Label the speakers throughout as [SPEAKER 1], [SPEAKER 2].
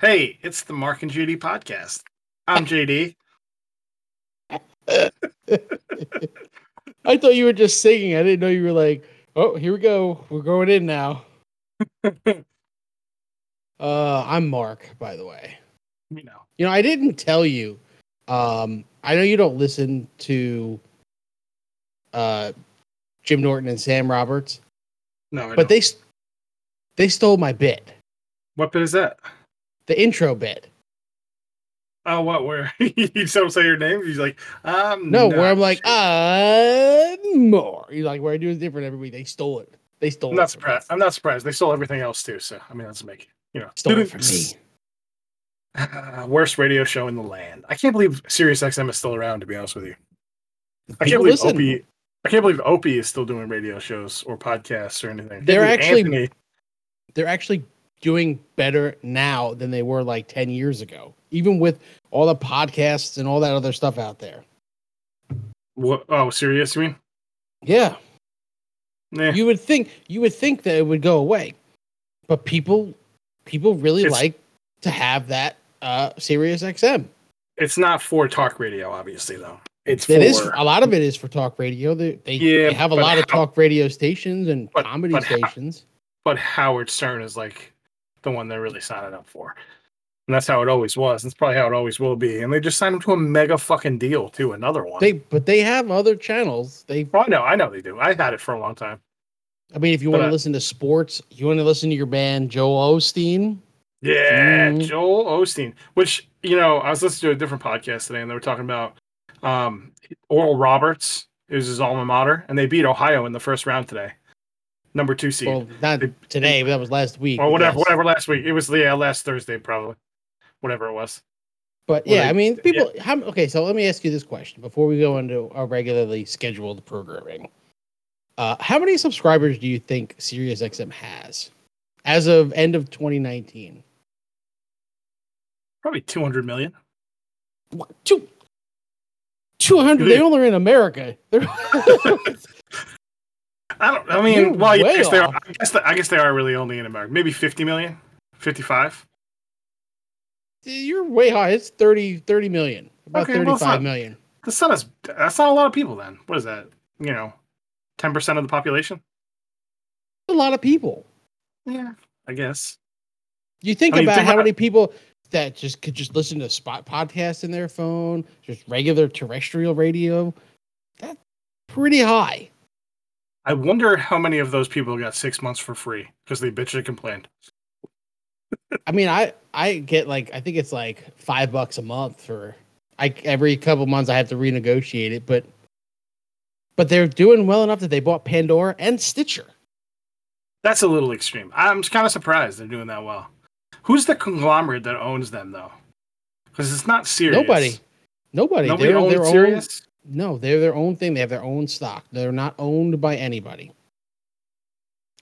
[SPEAKER 1] Hey, it's the Mark and JD podcast. I'm JD.
[SPEAKER 2] I thought you were just singing. I didn't know you were like, oh, here we go. We're going in now. uh, I'm Mark, by the way.
[SPEAKER 1] You know,
[SPEAKER 2] You know, I didn't tell you. Um, I know you don't listen to uh, Jim Norton and Sam Roberts,
[SPEAKER 1] no, I
[SPEAKER 2] but
[SPEAKER 1] don't.
[SPEAKER 2] they st- they stole my bit,
[SPEAKER 1] what bit is that?
[SPEAKER 2] the intro bit.
[SPEAKER 1] Oh, what? Where you don't say your name? He's like, um,
[SPEAKER 2] No, where I'm like, uh, more. You like where I do is different every week. They stole it. They stole.
[SPEAKER 1] I'm
[SPEAKER 2] it
[SPEAKER 1] not
[SPEAKER 2] from
[SPEAKER 1] surprised.
[SPEAKER 2] me.
[SPEAKER 1] I'm not surprised. They stole everything else too. So I mean, let's make it. You know,
[SPEAKER 2] Stole it from me.
[SPEAKER 1] worst radio show in the land. I can't believe Sirius XM is still around. To be honest with you, I can't
[SPEAKER 2] People
[SPEAKER 1] believe
[SPEAKER 2] listen.
[SPEAKER 1] Opie. I can't believe Opie is still doing radio shows or podcasts or anything. I can't
[SPEAKER 2] They're
[SPEAKER 1] believe
[SPEAKER 2] actually-
[SPEAKER 1] Anthony-
[SPEAKER 2] they're actually doing better now than they were like 10 years ago, even with all the podcasts and all that other stuff out there.
[SPEAKER 1] What, oh, Sirius? You mean?
[SPEAKER 2] Yeah.
[SPEAKER 1] Nah.
[SPEAKER 2] You would think you would think that it would go away. But people people really
[SPEAKER 1] It's-
[SPEAKER 2] like to have that uh Sirius XM.
[SPEAKER 1] it's not for talk radio, obviously, though. It's for
[SPEAKER 2] It is a lot of it is for talk radio. They they,
[SPEAKER 1] Yeah,
[SPEAKER 2] they have a
[SPEAKER 1] but
[SPEAKER 2] lot of
[SPEAKER 1] how-
[SPEAKER 2] talk radio stations and
[SPEAKER 1] But-
[SPEAKER 2] comedy
[SPEAKER 1] but how-
[SPEAKER 2] stations.
[SPEAKER 1] but Howard Stern is like the one they're really signing up for. And that's how it always was. That's probably how it always will be. And they just signed him to a mega fucking deal too, another one.
[SPEAKER 2] They but they have other channels. They
[SPEAKER 1] oh, I know, I know they do. I've had it for a long time.
[SPEAKER 2] I mean if you
[SPEAKER 1] But uh,
[SPEAKER 2] want to
[SPEAKER 1] I-
[SPEAKER 2] listen to sports, you want to listen to your band Joel Osteen.
[SPEAKER 1] Yeah,
[SPEAKER 2] Mhm.
[SPEAKER 1] Joel Osteen. Which, you know, I was listening to a different podcast today and they were talking about um Oral Roberts, who's his alma mater, and they beat Ohio in the first round today. Number two seed.
[SPEAKER 2] Well, not
[SPEAKER 1] They-
[SPEAKER 2] today, but that was last week.
[SPEAKER 1] or
[SPEAKER 2] but
[SPEAKER 1] whatever,
[SPEAKER 2] yes.
[SPEAKER 1] whatever last week. It was yeah, last Thursday probably. Whatever it was.
[SPEAKER 2] But
[SPEAKER 1] Well,
[SPEAKER 2] yeah,
[SPEAKER 1] they-
[SPEAKER 2] I mean, people. How, okay, so let me ask you this question before we go into our regularly scheduled programming. Uh, how many subscribers do you think SiriusXM has as of end of 2019?
[SPEAKER 1] Probably 200 million.
[SPEAKER 2] What, two, 200. They
[SPEAKER 1] Dude.
[SPEAKER 2] only are in America. They're,
[SPEAKER 1] I don't. I mean,
[SPEAKER 2] You're
[SPEAKER 1] well,
[SPEAKER 2] way
[SPEAKER 1] yes, they are,
[SPEAKER 2] off.
[SPEAKER 1] I guess they, I guess they are really only in America. Maybe 50 million, 55.
[SPEAKER 2] you're way high. It's 30, 30 million, about
[SPEAKER 1] Okay, well, it's not-
[SPEAKER 2] thirty-five million.
[SPEAKER 1] That's not as. That's not a lot of people. Then what is that? You know, 10 percent of the population.
[SPEAKER 2] A lot of people.
[SPEAKER 1] Yeah, I guess.
[SPEAKER 2] You think
[SPEAKER 1] I mean,
[SPEAKER 2] about
[SPEAKER 1] think
[SPEAKER 2] how
[SPEAKER 1] about-
[SPEAKER 2] many people that just could just listen to spot podcasts in their phone, just regular terrestrial radio. That's pretty high.
[SPEAKER 1] I wonder how many of those people got six months for free because they bitched and complained.
[SPEAKER 2] I mean, I I get like I think it's like five bucks a month for I every couple months I have to renegotiate it, but but they're doing well enough that they bought Pandora and Stitcher.
[SPEAKER 1] That's a little extreme. I'm kind of surprised they're doing that well. Who's the conglomerate that owns them though? Because it's not serious.
[SPEAKER 2] Nobody, nobody,
[SPEAKER 1] Nobody
[SPEAKER 2] they're their
[SPEAKER 1] owns
[SPEAKER 2] own.
[SPEAKER 1] serious.
[SPEAKER 2] No, they're their own thing. They have their own stock. They're not owned by anybody.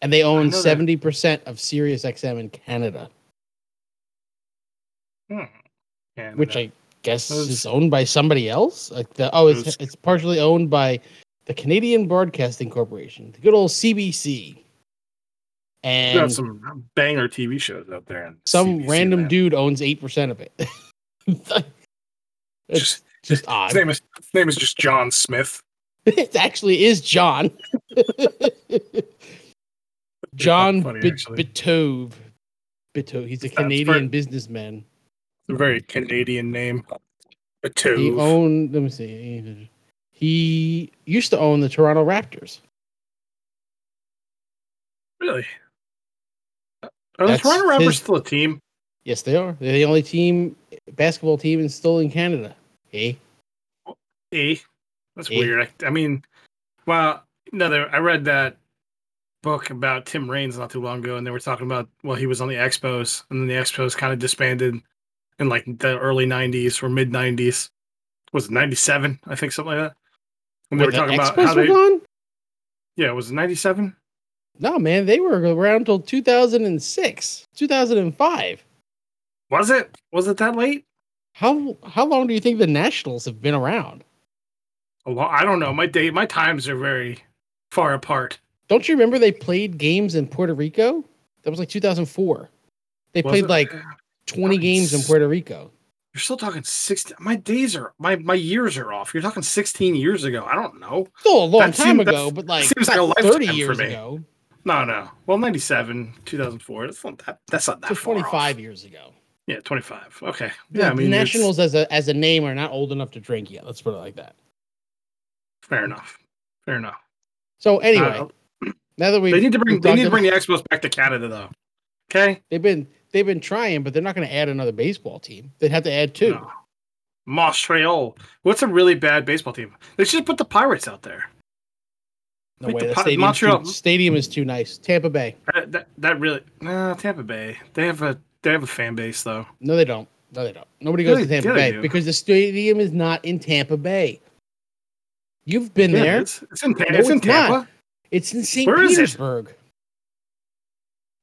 [SPEAKER 2] And they own
[SPEAKER 1] know that.
[SPEAKER 2] 70% of Sirius XM in Canada,
[SPEAKER 1] Hmm. And
[SPEAKER 2] which I guess
[SPEAKER 1] Those-
[SPEAKER 2] is owned by somebody else. Like the, oh, it's,
[SPEAKER 1] Those-
[SPEAKER 2] it's partially owned by the Canadian Broadcasting Corporation, the good old CBC.
[SPEAKER 1] We got
[SPEAKER 2] And
[SPEAKER 1] some banger TV shows out there. and
[SPEAKER 2] some
[SPEAKER 1] CBC,
[SPEAKER 2] random
[SPEAKER 1] man.
[SPEAKER 2] dude owns 8% of it. it's
[SPEAKER 1] Just,
[SPEAKER 2] just
[SPEAKER 1] his
[SPEAKER 2] odd.
[SPEAKER 1] name is his name is just John Smith.
[SPEAKER 2] it actually is John. John
[SPEAKER 1] funny,
[SPEAKER 2] Bit-
[SPEAKER 1] actually.
[SPEAKER 2] Bitove. Bitove. He's a
[SPEAKER 1] That's
[SPEAKER 2] Canadian
[SPEAKER 1] pretty-
[SPEAKER 2] businessman.
[SPEAKER 1] It's a very Canadian name. A
[SPEAKER 2] He
[SPEAKER 1] two.
[SPEAKER 2] owned. Let me see. He used to own the Toronto Raptors.
[SPEAKER 1] really? Are the
[SPEAKER 2] That's
[SPEAKER 1] Toronto Raptors
[SPEAKER 2] his-
[SPEAKER 1] still a team?
[SPEAKER 2] Yes, they are. They're the only team basketball team in still in Canada. Eh? Hey,
[SPEAKER 1] A. E. That's
[SPEAKER 2] Eh.
[SPEAKER 1] weird. I, I mean, well, no, there, I read that book about Tim Raines not too long ago, and they were talking about well, he was on the Expos, and then the Expos kind of disbanded in like the early '90s or mid '90s. Was it '97? I think something like that. And they were
[SPEAKER 2] When the
[SPEAKER 1] talking about
[SPEAKER 2] Expos
[SPEAKER 1] how
[SPEAKER 2] were
[SPEAKER 1] they.
[SPEAKER 2] gone?
[SPEAKER 1] Yeah, was it '97?
[SPEAKER 2] No, man, they were around until 2006, 2005.
[SPEAKER 1] Was it? Was it that late?
[SPEAKER 2] How how long do you think the Nationals have been around?
[SPEAKER 1] A lo- I don't know.
[SPEAKER 2] Mm.
[SPEAKER 1] My day, my times are very far apart.
[SPEAKER 2] Don't you remember they played games in Puerto Rico? That was like 2004. They
[SPEAKER 1] Was
[SPEAKER 2] played
[SPEAKER 1] it?
[SPEAKER 2] like 20 games in Puerto Rico.
[SPEAKER 1] You're still talking 16. My days are my my years are off. You're talking 16 years ago. I don't know.
[SPEAKER 2] Still a long
[SPEAKER 1] That
[SPEAKER 2] time
[SPEAKER 1] seems-
[SPEAKER 2] ago,
[SPEAKER 1] that's-
[SPEAKER 2] but like
[SPEAKER 1] seems like a
[SPEAKER 2] 30
[SPEAKER 1] lifetime for
[SPEAKER 2] years
[SPEAKER 1] me.
[SPEAKER 2] ago
[SPEAKER 1] No, no. Well, 97, 2004. That's not that. That's not that.
[SPEAKER 2] to
[SPEAKER 1] far off.
[SPEAKER 2] 25 years ago.
[SPEAKER 1] Yeah, 25. Okay. Yeah, I
[SPEAKER 2] The
[SPEAKER 1] mean, it's
[SPEAKER 2] nationals as a as a name are not old enough to drink yet. Let's put it like that.
[SPEAKER 1] Fair enough. Fair enough.
[SPEAKER 2] So anyway,
[SPEAKER 1] Uh,
[SPEAKER 2] now that we
[SPEAKER 1] they need to bring
[SPEAKER 2] we've
[SPEAKER 1] they
[SPEAKER 2] talked
[SPEAKER 1] need to bring
[SPEAKER 2] about-
[SPEAKER 1] the Expos back to Canada though. Okay.
[SPEAKER 2] they've been they've been trying, but they're not going to add another baseball team. They'd have to add two.
[SPEAKER 1] No. Montreal. What's a really bad baseball team? They should put the Pirates out there.
[SPEAKER 2] No
[SPEAKER 1] Like
[SPEAKER 2] way.
[SPEAKER 1] the
[SPEAKER 2] The
[SPEAKER 1] Pi-
[SPEAKER 2] stadium,
[SPEAKER 1] Montreal-
[SPEAKER 2] stadium is too nice. Tampa Bay.
[SPEAKER 1] That that, that really. Nah, Tampa Bay. They have a they have a fan base though.
[SPEAKER 2] No, they don't. No, they don't. Nobody
[SPEAKER 1] Yeah,
[SPEAKER 2] goes to
[SPEAKER 1] they-
[SPEAKER 2] Tampa
[SPEAKER 1] yeah, they
[SPEAKER 2] Bay
[SPEAKER 1] do.
[SPEAKER 2] because the stadium is not in Tampa Bay. You've been
[SPEAKER 1] Yeah,
[SPEAKER 2] there.
[SPEAKER 1] It's, it's in, Ta-
[SPEAKER 2] No,
[SPEAKER 1] it's in
[SPEAKER 2] it's not.
[SPEAKER 1] Tampa.
[SPEAKER 2] It's in St.
[SPEAKER 1] Where is it?
[SPEAKER 2] Petersburg.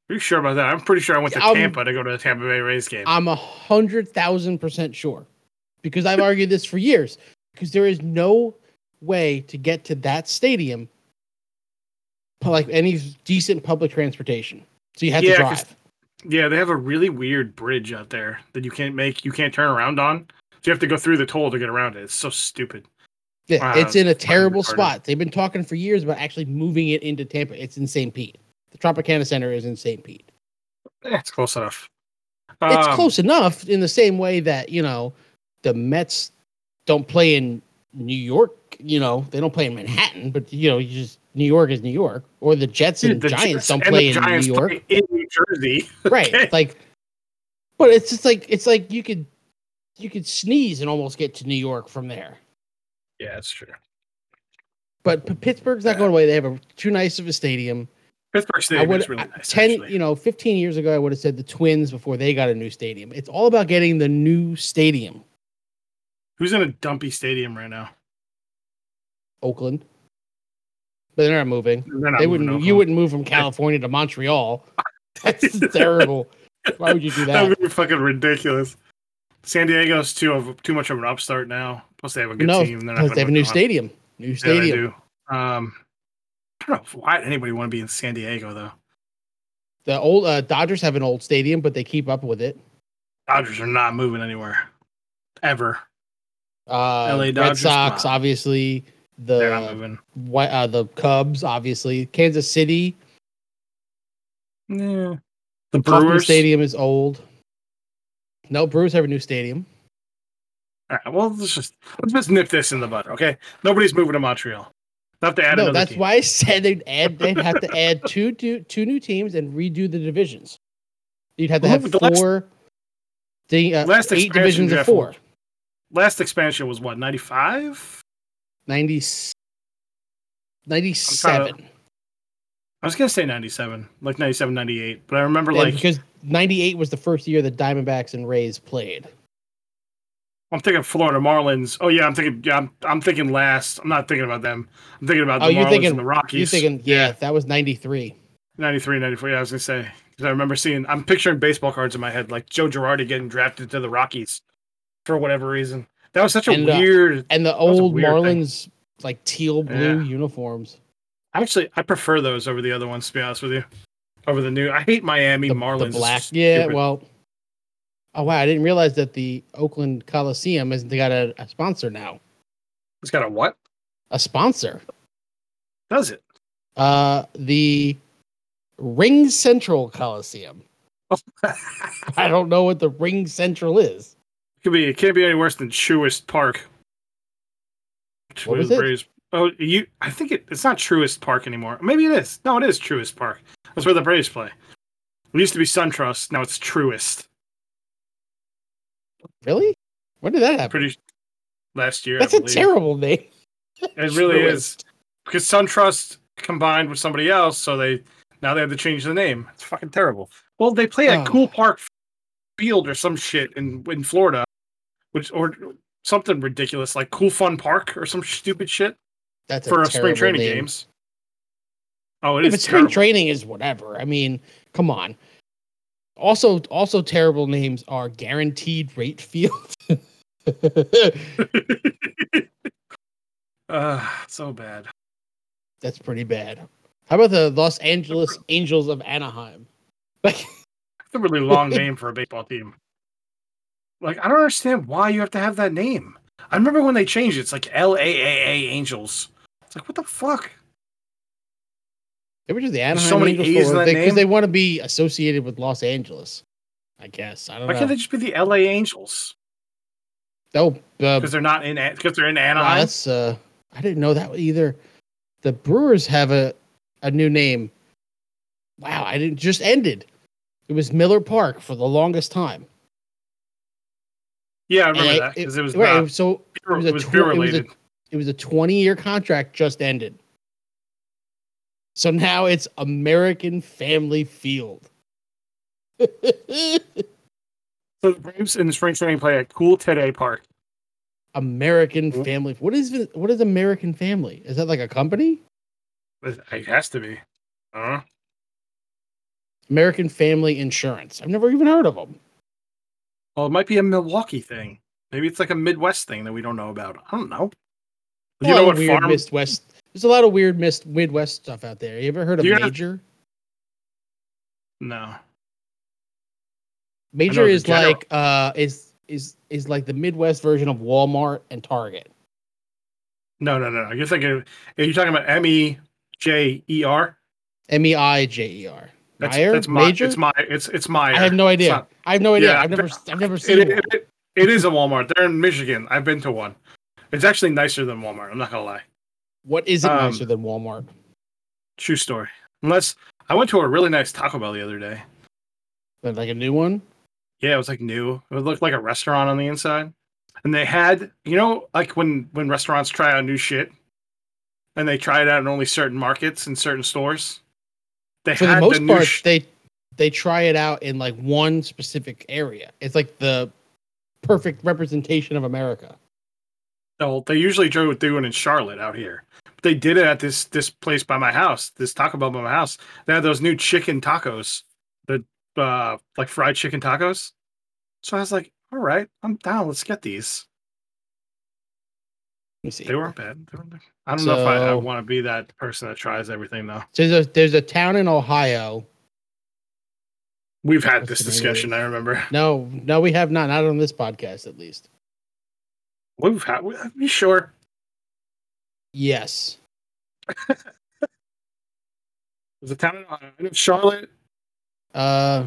[SPEAKER 1] Are you sure about that? I'm pretty sure I went to
[SPEAKER 2] Um,
[SPEAKER 1] Tampa to go to the Tampa Bay Rays game.
[SPEAKER 2] I'm a hundred thousand percent sure because I've argued this for years because there is no way to get to that stadium pu- like any decent public transportation. So you have
[SPEAKER 1] Yeah,
[SPEAKER 2] to
[SPEAKER 1] 'cause-
[SPEAKER 2] drive.
[SPEAKER 1] yeah, they have a really weird bridge out there that you can't make, you can't turn around on. So you have to go through the toll to get around it. It's so stupid.
[SPEAKER 2] Yeah,
[SPEAKER 1] Wow,
[SPEAKER 2] it's in a
[SPEAKER 1] fucking
[SPEAKER 2] terrible
[SPEAKER 1] retarded.
[SPEAKER 2] spot. They've been talking for years about actually moving it into Tampa. It's in St. Pete. The Tropicana Center is in St. Pete.
[SPEAKER 1] Eh, it's close enough.
[SPEAKER 2] it's
[SPEAKER 1] Um,
[SPEAKER 2] close enough in the same way that you know the Mets don't play in New York. You know they don't play in Manhattan, but you know you just New York is New York, or the Jets and
[SPEAKER 1] dude, the
[SPEAKER 2] Giants
[SPEAKER 1] Jets
[SPEAKER 2] don't
[SPEAKER 1] and the
[SPEAKER 2] play in
[SPEAKER 1] Giants
[SPEAKER 2] New York,
[SPEAKER 1] play in New Jersey.
[SPEAKER 2] right?
[SPEAKER 1] Okay.
[SPEAKER 2] Like, but it's just like it's like you could you could sneeze and almost get to New York from there.
[SPEAKER 1] Yeah, that's true.
[SPEAKER 2] But P- Pittsburgh's not
[SPEAKER 1] Yeah.
[SPEAKER 2] going away. They have a too nice of a stadium.
[SPEAKER 1] Pittsburgh
[SPEAKER 2] I
[SPEAKER 1] Stadium
[SPEAKER 2] would
[SPEAKER 1] is really nice.
[SPEAKER 2] ten,
[SPEAKER 1] actually.
[SPEAKER 2] you know, fifteen years ago, I would have said the Twins before they got a new stadium. It's all about getting the new stadium,
[SPEAKER 1] Who's in a dumpy stadium right now?
[SPEAKER 2] Oakland. But they're not moving.
[SPEAKER 1] They're not
[SPEAKER 2] they
[SPEAKER 1] moving
[SPEAKER 2] wouldn't.
[SPEAKER 1] to
[SPEAKER 2] You
[SPEAKER 1] Oakland.
[SPEAKER 2] wouldn't move from California to Montreal. That's terrible. Why would you do
[SPEAKER 1] That
[SPEAKER 2] that?
[SPEAKER 1] would be fucking ridiculous. San Diego's too of too much of an upstart now. Plus, they have a good
[SPEAKER 2] No,
[SPEAKER 1] team. They're not
[SPEAKER 2] because
[SPEAKER 1] gonna
[SPEAKER 2] they have a
[SPEAKER 1] move
[SPEAKER 2] new
[SPEAKER 1] on.
[SPEAKER 2] stadium. New
[SPEAKER 1] Yeah, they
[SPEAKER 2] stadium.
[SPEAKER 1] do. Um, I don't know why anybody want to be in San Diego though.
[SPEAKER 2] The old uh, Dodgers have an old stadium, but they keep up with it.
[SPEAKER 1] Dodgers are not moving anywhere, ever.
[SPEAKER 2] Uh,
[SPEAKER 1] LA
[SPEAKER 2] Red
[SPEAKER 1] Dodgers,
[SPEAKER 2] Sox,
[SPEAKER 1] come
[SPEAKER 2] obviously.
[SPEAKER 1] They're not
[SPEAKER 2] The
[SPEAKER 1] moving.
[SPEAKER 2] Whi- uh, the Cubs, obviously. Kansas City.
[SPEAKER 1] Yeah. The
[SPEAKER 2] Brewers
[SPEAKER 1] Brewers.
[SPEAKER 2] Stadium is old. No, Brewers have a new stadium.
[SPEAKER 1] All right, well, let's just let's just nip this in the bud. Okay, nobody's moving to Montreal. They'll have to add
[SPEAKER 2] no,
[SPEAKER 1] another
[SPEAKER 2] that's
[SPEAKER 1] team.
[SPEAKER 2] why I said they'd add. They'd have to add two, two, two new teams and redo the divisions. You'd have to
[SPEAKER 1] Well,
[SPEAKER 2] have
[SPEAKER 1] the last-
[SPEAKER 2] four, the uh,
[SPEAKER 1] last
[SPEAKER 2] eight
[SPEAKER 1] expansion
[SPEAKER 2] divisions of
[SPEAKER 1] draft
[SPEAKER 2] four.
[SPEAKER 1] was- Last expansion was what ninety five.
[SPEAKER 2] 90, 97.
[SPEAKER 1] I was gonna say ninety seven, like 97, 98, but I remember
[SPEAKER 2] And
[SPEAKER 1] like
[SPEAKER 2] because 98 was the first year the Diamondbacks and Rays played.
[SPEAKER 1] I'm thinking Florida Marlins. Oh yeah, I'm thinking yeah, I'm, I'm thinking last. I'm not thinking about them. I'm thinking about
[SPEAKER 2] Oh,
[SPEAKER 1] the
[SPEAKER 2] you're
[SPEAKER 1] Marlins
[SPEAKER 2] thinking-
[SPEAKER 1] and the Rockies.
[SPEAKER 2] You're thinking, yeah, that was 93.
[SPEAKER 1] 93, 94. Yeah, I was gonna say because I remember seeing. I'm picturing baseball cards in my head, like Joe Girardi getting drafted to the Rockies for whatever reason. That was such a
[SPEAKER 2] And, uh,
[SPEAKER 1] weird.
[SPEAKER 2] And the
[SPEAKER 1] was a
[SPEAKER 2] old
[SPEAKER 1] weird thing.
[SPEAKER 2] Marlins, like teal blue
[SPEAKER 1] Yeah.
[SPEAKER 2] uniforms.
[SPEAKER 1] Actually, I prefer those over the other ones. To be honest with you, over the new. I hate Miami
[SPEAKER 2] The, the
[SPEAKER 1] Marlins. It's
[SPEAKER 2] black.
[SPEAKER 1] stupid.
[SPEAKER 2] Yeah, well. Oh, wow. I didn't realize that the Oakland Coliseum has got a, a sponsor now.
[SPEAKER 1] it's got a what?
[SPEAKER 2] A sponsor.
[SPEAKER 1] Does it?
[SPEAKER 2] Uh, the Ring Central Coliseum. I don't know what the Ring Central is.
[SPEAKER 1] Could be. It can't be any worse than Truist Park. Which
[SPEAKER 2] What
[SPEAKER 1] was
[SPEAKER 2] was it?
[SPEAKER 1] Braves- Oh, you. I think it, it's not Truist Park anymore. Maybe it is. No, it is Truist Park. That's where the Braves play. It used to be SunTrust. Now it's Truist.
[SPEAKER 2] Really? When did that happen?
[SPEAKER 1] Pretty last year. I
[SPEAKER 2] That's a
[SPEAKER 1] believe.
[SPEAKER 2] terrible name.
[SPEAKER 1] It really
[SPEAKER 2] Truist.
[SPEAKER 1] is because SunTrust combined with somebody else, so they now they had to change the name. It's fucking terrible. Well, they play at
[SPEAKER 2] Oh.
[SPEAKER 1] Cool Park Field or some shit in in Florida, which or something ridiculous like Cool Fun Park or some stupid shit
[SPEAKER 2] That's a
[SPEAKER 1] for
[SPEAKER 2] terrible
[SPEAKER 1] spring training
[SPEAKER 2] name.
[SPEAKER 1] games. Oh, it
[SPEAKER 2] Yeah,
[SPEAKER 1] is
[SPEAKER 2] but spring
[SPEAKER 1] terrible.
[SPEAKER 2] training is whatever. I mean, come on. Also, also terrible names are guaranteed rate field.
[SPEAKER 1] uh, so bad.
[SPEAKER 2] That's pretty bad. How about the Los Angeles Angels of Anaheim? Like
[SPEAKER 1] It's a really long name for a baseball team. Like, I don't understand why you have to have that name. I remember when they changed it, it's like L A A A Angels. It's like, what the fuck?
[SPEAKER 2] they were just the
[SPEAKER 1] There's
[SPEAKER 2] Anaheim
[SPEAKER 1] so many A's
[SPEAKER 2] Angels
[SPEAKER 1] in that
[SPEAKER 2] because
[SPEAKER 1] name.
[SPEAKER 2] they, want to be associated with Los Angeles. I guess I don't
[SPEAKER 1] Why
[SPEAKER 2] know.
[SPEAKER 1] can't they just be the L A Angels?
[SPEAKER 2] oh, uh,
[SPEAKER 1] Because they're not in because they're in
[SPEAKER 2] wow,
[SPEAKER 1] Anaheim.
[SPEAKER 2] that's uh, I didn't know that either. The Brewers have a a new name. Wow, I didn't just ended. It was Miller Park for the longest time.
[SPEAKER 1] Yeah, I remember
[SPEAKER 2] And
[SPEAKER 1] that because it, was
[SPEAKER 2] right,
[SPEAKER 1] not
[SPEAKER 2] so
[SPEAKER 1] beer-
[SPEAKER 2] it was
[SPEAKER 1] it
[SPEAKER 2] a
[SPEAKER 1] was
[SPEAKER 2] tw-
[SPEAKER 1] beer
[SPEAKER 2] it was a-
[SPEAKER 1] related.
[SPEAKER 2] it was a 20 year contract just ended. So now it's American Family Field.
[SPEAKER 1] So the Braves in the spring training play at Cool Today Park.
[SPEAKER 2] American
[SPEAKER 1] Mm.
[SPEAKER 2] Family. What is it- what is American Family? Is that like a company?
[SPEAKER 1] It has to be. Uh-huh. I don't know.
[SPEAKER 2] American Family Insurance. I've never even heard of them.
[SPEAKER 1] Well, it might be a Milwaukee thing. Maybe it's like a Midwest thing that we don't know about. I don't know. Do you know what
[SPEAKER 2] weird
[SPEAKER 1] farm?
[SPEAKER 2] Mist West. There's a lot of weird Mist Midwest stuff out there. You ever heard of
[SPEAKER 1] You gotta-
[SPEAKER 2] Major?
[SPEAKER 1] No.
[SPEAKER 2] Major
[SPEAKER 1] the
[SPEAKER 2] is
[SPEAKER 1] general-
[SPEAKER 2] like uh is is is like the Midwest version of Walmart and Target.
[SPEAKER 1] No, no, no. You're thinking, are you talking about M E J E R?
[SPEAKER 2] M E I J E R.
[SPEAKER 1] That's
[SPEAKER 2] Meyer?
[SPEAKER 1] that's my
[SPEAKER 2] Major?
[SPEAKER 1] it's my it's it's my
[SPEAKER 2] I have no idea.
[SPEAKER 1] not-
[SPEAKER 2] I have no idea.
[SPEAKER 1] Yeah,
[SPEAKER 2] I've never, I've never
[SPEAKER 1] it,
[SPEAKER 2] seen
[SPEAKER 1] it,
[SPEAKER 2] one.
[SPEAKER 1] it- it is a Walmart. They're in Michigan. I've been to one. It's actually nicer than Walmart. I'm not gonna lie.
[SPEAKER 2] What is it
[SPEAKER 1] um,
[SPEAKER 2] nicer than Walmart?
[SPEAKER 1] True story. Unless I went to a really nice Taco Bell the other day.
[SPEAKER 2] Like like a new one?
[SPEAKER 1] Yeah, it was like new. It looked like a restaurant on the inside. And they had, you know, like when when restaurants try out new shit and they try it out in only certain markets and certain stores. They
[SPEAKER 2] For
[SPEAKER 1] had
[SPEAKER 2] the
[SPEAKER 1] the,
[SPEAKER 2] most
[SPEAKER 1] new
[SPEAKER 2] part,
[SPEAKER 1] sh-
[SPEAKER 2] they they try it out in like one specific area. It's like the perfect representation of America.
[SPEAKER 1] Well, they usually do do it in Charlotte out here. But they did it at this this place by my house, this Taco Bell by my house. They had those new chicken tacos, the uh, like fried chicken tacos. So I was like, all right, I'm down. Let's get these.
[SPEAKER 2] Let me see.
[SPEAKER 1] They weren't bad. They weren't- I don't know if I, I
[SPEAKER 2] So-
[SPEAKER 1] want to be that person that tries everything though.
[SPEAKER 2] So there's a there's a town in Ohio.
[SPEAKER 1] We've had
[SPEAKER 2] What's
[SPEAKER 1] this
[SPEAKER 2] the name of
[SPEAKER 1] discussion. I remember.
[SPEAKER 2] No, no, we have not. Not on this podcast, at least.
[SPEAKER 1] We've had. we- You sure?
[SPEAKER 2] Yes.
[SPEAKER 1] There's a town in Ohio. I know Charlotte.
[SPEAKER 2] Uh,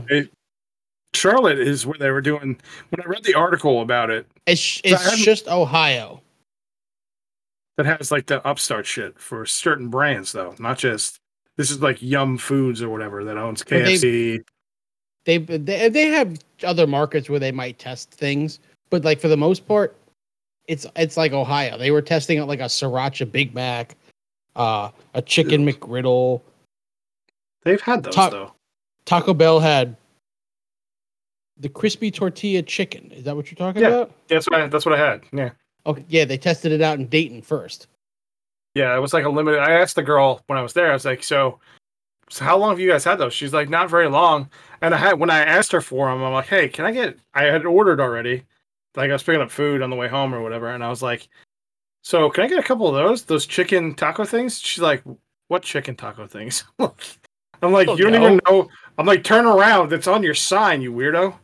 [SPEAKER 1] Charlotte is where they were doing. When I read the article about it,
[SPEAKER 2] it's
[SPEAKER 1] I haven't-
[SPEAKER 2] it's just Ohio.
[SPEAKER 1] that has like the upstart shit for certain brands though, not just this is like Yum Foods or whatever that owns
[SPEAKER 2] But they-
[SPEAKER 1] KFC.
[SPEAKER 2] they they they have other markets where they might test things, but like for the most part, it's it's like Ohio. They were testing out like a sriracha Big Mac, uh, a chicken McGriddle.
[SPEAKER 1] They've had those
[SPEAKER 2] Top-
[SPEAKER 1] though.
[SPEAKER 2] Taco Bell had the crispy tortilla chicken. Is that what you're talking
[SPEAKER 1] Yeah.
[SPEAKER 2] about?
[SPEAKER 1] That's what I, that's what I had. Yeah,
[SPEAKER 2] Okay, yeah, they tested it out in Dayton first.
[SPEAKER 1] yeah. It was like a limited. I asked the girl when I was there. I was like, so. So how long have you guys had those? She's like, not very long. And I had when I asked her for them, I'm like, hey, can I get? I had ordered already. Like I was picking up food on the way home or whatever, and I was like, so can I get a couple of those? Those chicken taco things? She's like, what chicken taco things? I'm like,
[SPEAKER 2] don't
[SPEAKER 1] you don't even know. I'm like, turn around. It's on your sign, you weirdo.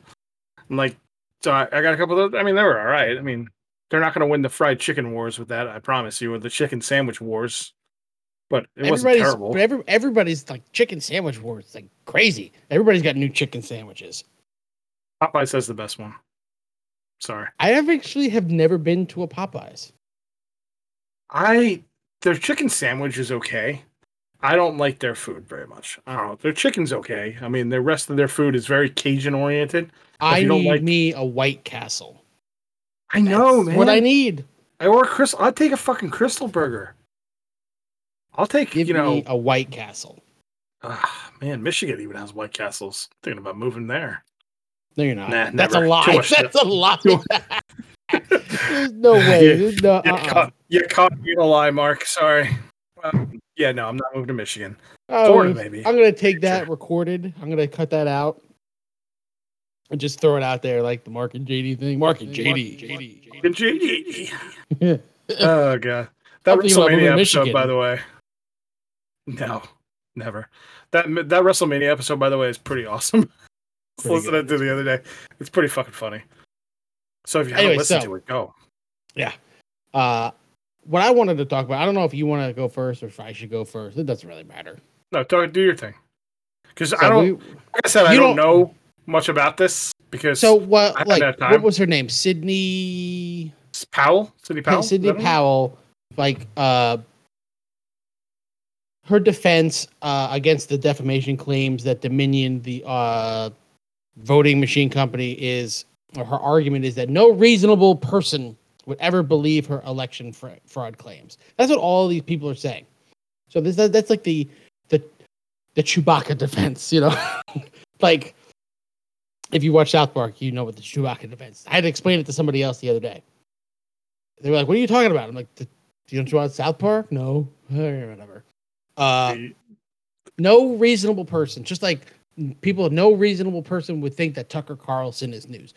[SPEAKER 1] I'm like, so I, I got a couple of those. I mean, they were all right. I mean, they're not going to win the fried chicken wars with that, I promise you, or the chicken sandwich wars. But it wasn't
[SPEAKER 2] everybody's
[SPEAKER 1] terrible.
[SPEAKER 2] but every, everybody's like chicken sandwich wars like crazy. Everybody's got new chicken sandwiches.
[SPEAKER 1] Popeye says the best one. Sorry.
[SPEAKER 2] I have actually have never been to a Popeyes.
[SPEAKER 1] I their chicken sandwich is okay. I don't like their food very much. I don't know. Their chicken's okay. I mean, the rest of their food is very Cajun oriented.
[SPEAKER 2] I
[SPEAKER 1] you don't
[SPEAKER 2] need
[SPEAKER 1] like-
[SPEAKER 2] me a White Castle.
[SPEAKER 1] I know,
[SPEAKER 2] That's
[SPEAKER 1] man.
[SPEAKER 2] What I need.
[SPEAKER 1] I or crystal. I'd take a fucking crystal burger. I'll take
[SPEAKER 2] Give
[SPEAKER 1] you know,
[SPEAKER 2] me a White Castle.
[SPEAKER 1] ah, man. Michigan even has White Castles. Thinking about moving there.
[SPEAKER 2] No, you're not.
[SPEAKER 1] Nah,
[SPEAKER 2] That's
[SPEAKER 1] never.
[SPEAKER 2] a lie.
[SPEAKER 1] Too much
[SPEAKER 2] That's a lie.
[SPEAKER 1] Too-
[SPEAKER 2] There's no way. There's no,
[SPEAKER 1] You
[SPEAKER 2] uh-uh.
[SPEAKER 1] caught, you caught me in a lie, Mark. Sorry. Well, yeah, no, I'm not moving to Michigan.
[SPEAKER 2] Oh,
[SPEAKER 1] Florida, maybe.
[SPEAKER 2] I'm gonna take that recorded. I'm gonna cut that out and just throw it out there like the Mark and JD thing. Mark and JD. JD.
[SPEAKER 1] Fucking JD. oh god, that
[SPEAKER 2] Hopefully you love
[SPEAKER 1] WrestleMania
[SPEAKER 2] Michigan.
[SPEAKER 1] episode, by the way. No, Never. That that WrestleMania episode, by the way, is pretty awesome.
[SPEAKER 2] Pretty
[SPEAKER 1] Listened to it the other day. It's pretty fucking funny. So if you haven't
[SPEAKER 2] Anyway,
[SPEAKER 1] listened
[SPEAKER 2] so-
[SPEAKER 1] to it, go.
[SPEAKER 2] Uh, what I wanted to talk about, I don't know if you want to go first or if I should go first. It doesn't really matter.
[SPEAKER 1] No, do, do your thing. Because I
[SPEAKER 2] So
[SPEAKER 1] don't.
[SPEAKER 2] we-
[SPEAKER 1] like I said, I
[SPEAKER 2] you
[SPEAKER 1] don't,
[SPEAKER 2] don't-
[SPEAKER 1] know much about this because
[SPEAKER 2] so
[SPEAKER 1] I
[SPEAKER 2] what?
[SPEAKER 1] had
[SPEAKER 2] Like,
[SPEAKER 1] that time.
[SPEAKER 2] what was her name? Sydney.
[SPEAKER 1] Powell, Sidney Powell,
[SPEAKER 2] Sydney Powell. Like, uh, her defense uh, against the defamation claims that Dominion, the uh, voting machine company, is, or her argument is that no reasonable person would ever believe her election fra- fraud claims. That's what all these people are saying. So this that, that's like the the the Chewbacca defense, you know, like if you watch South Park, you know what the Chewbacca defense. is. I had to explain it to somebody else the other day. They were like, "What are you talking about?" I'm like, "Do you don't you watch South Park?" No, Eh, whatever. Uh, no reasonable person, just like people, no reasonable person would think that Tucker Carlson is news.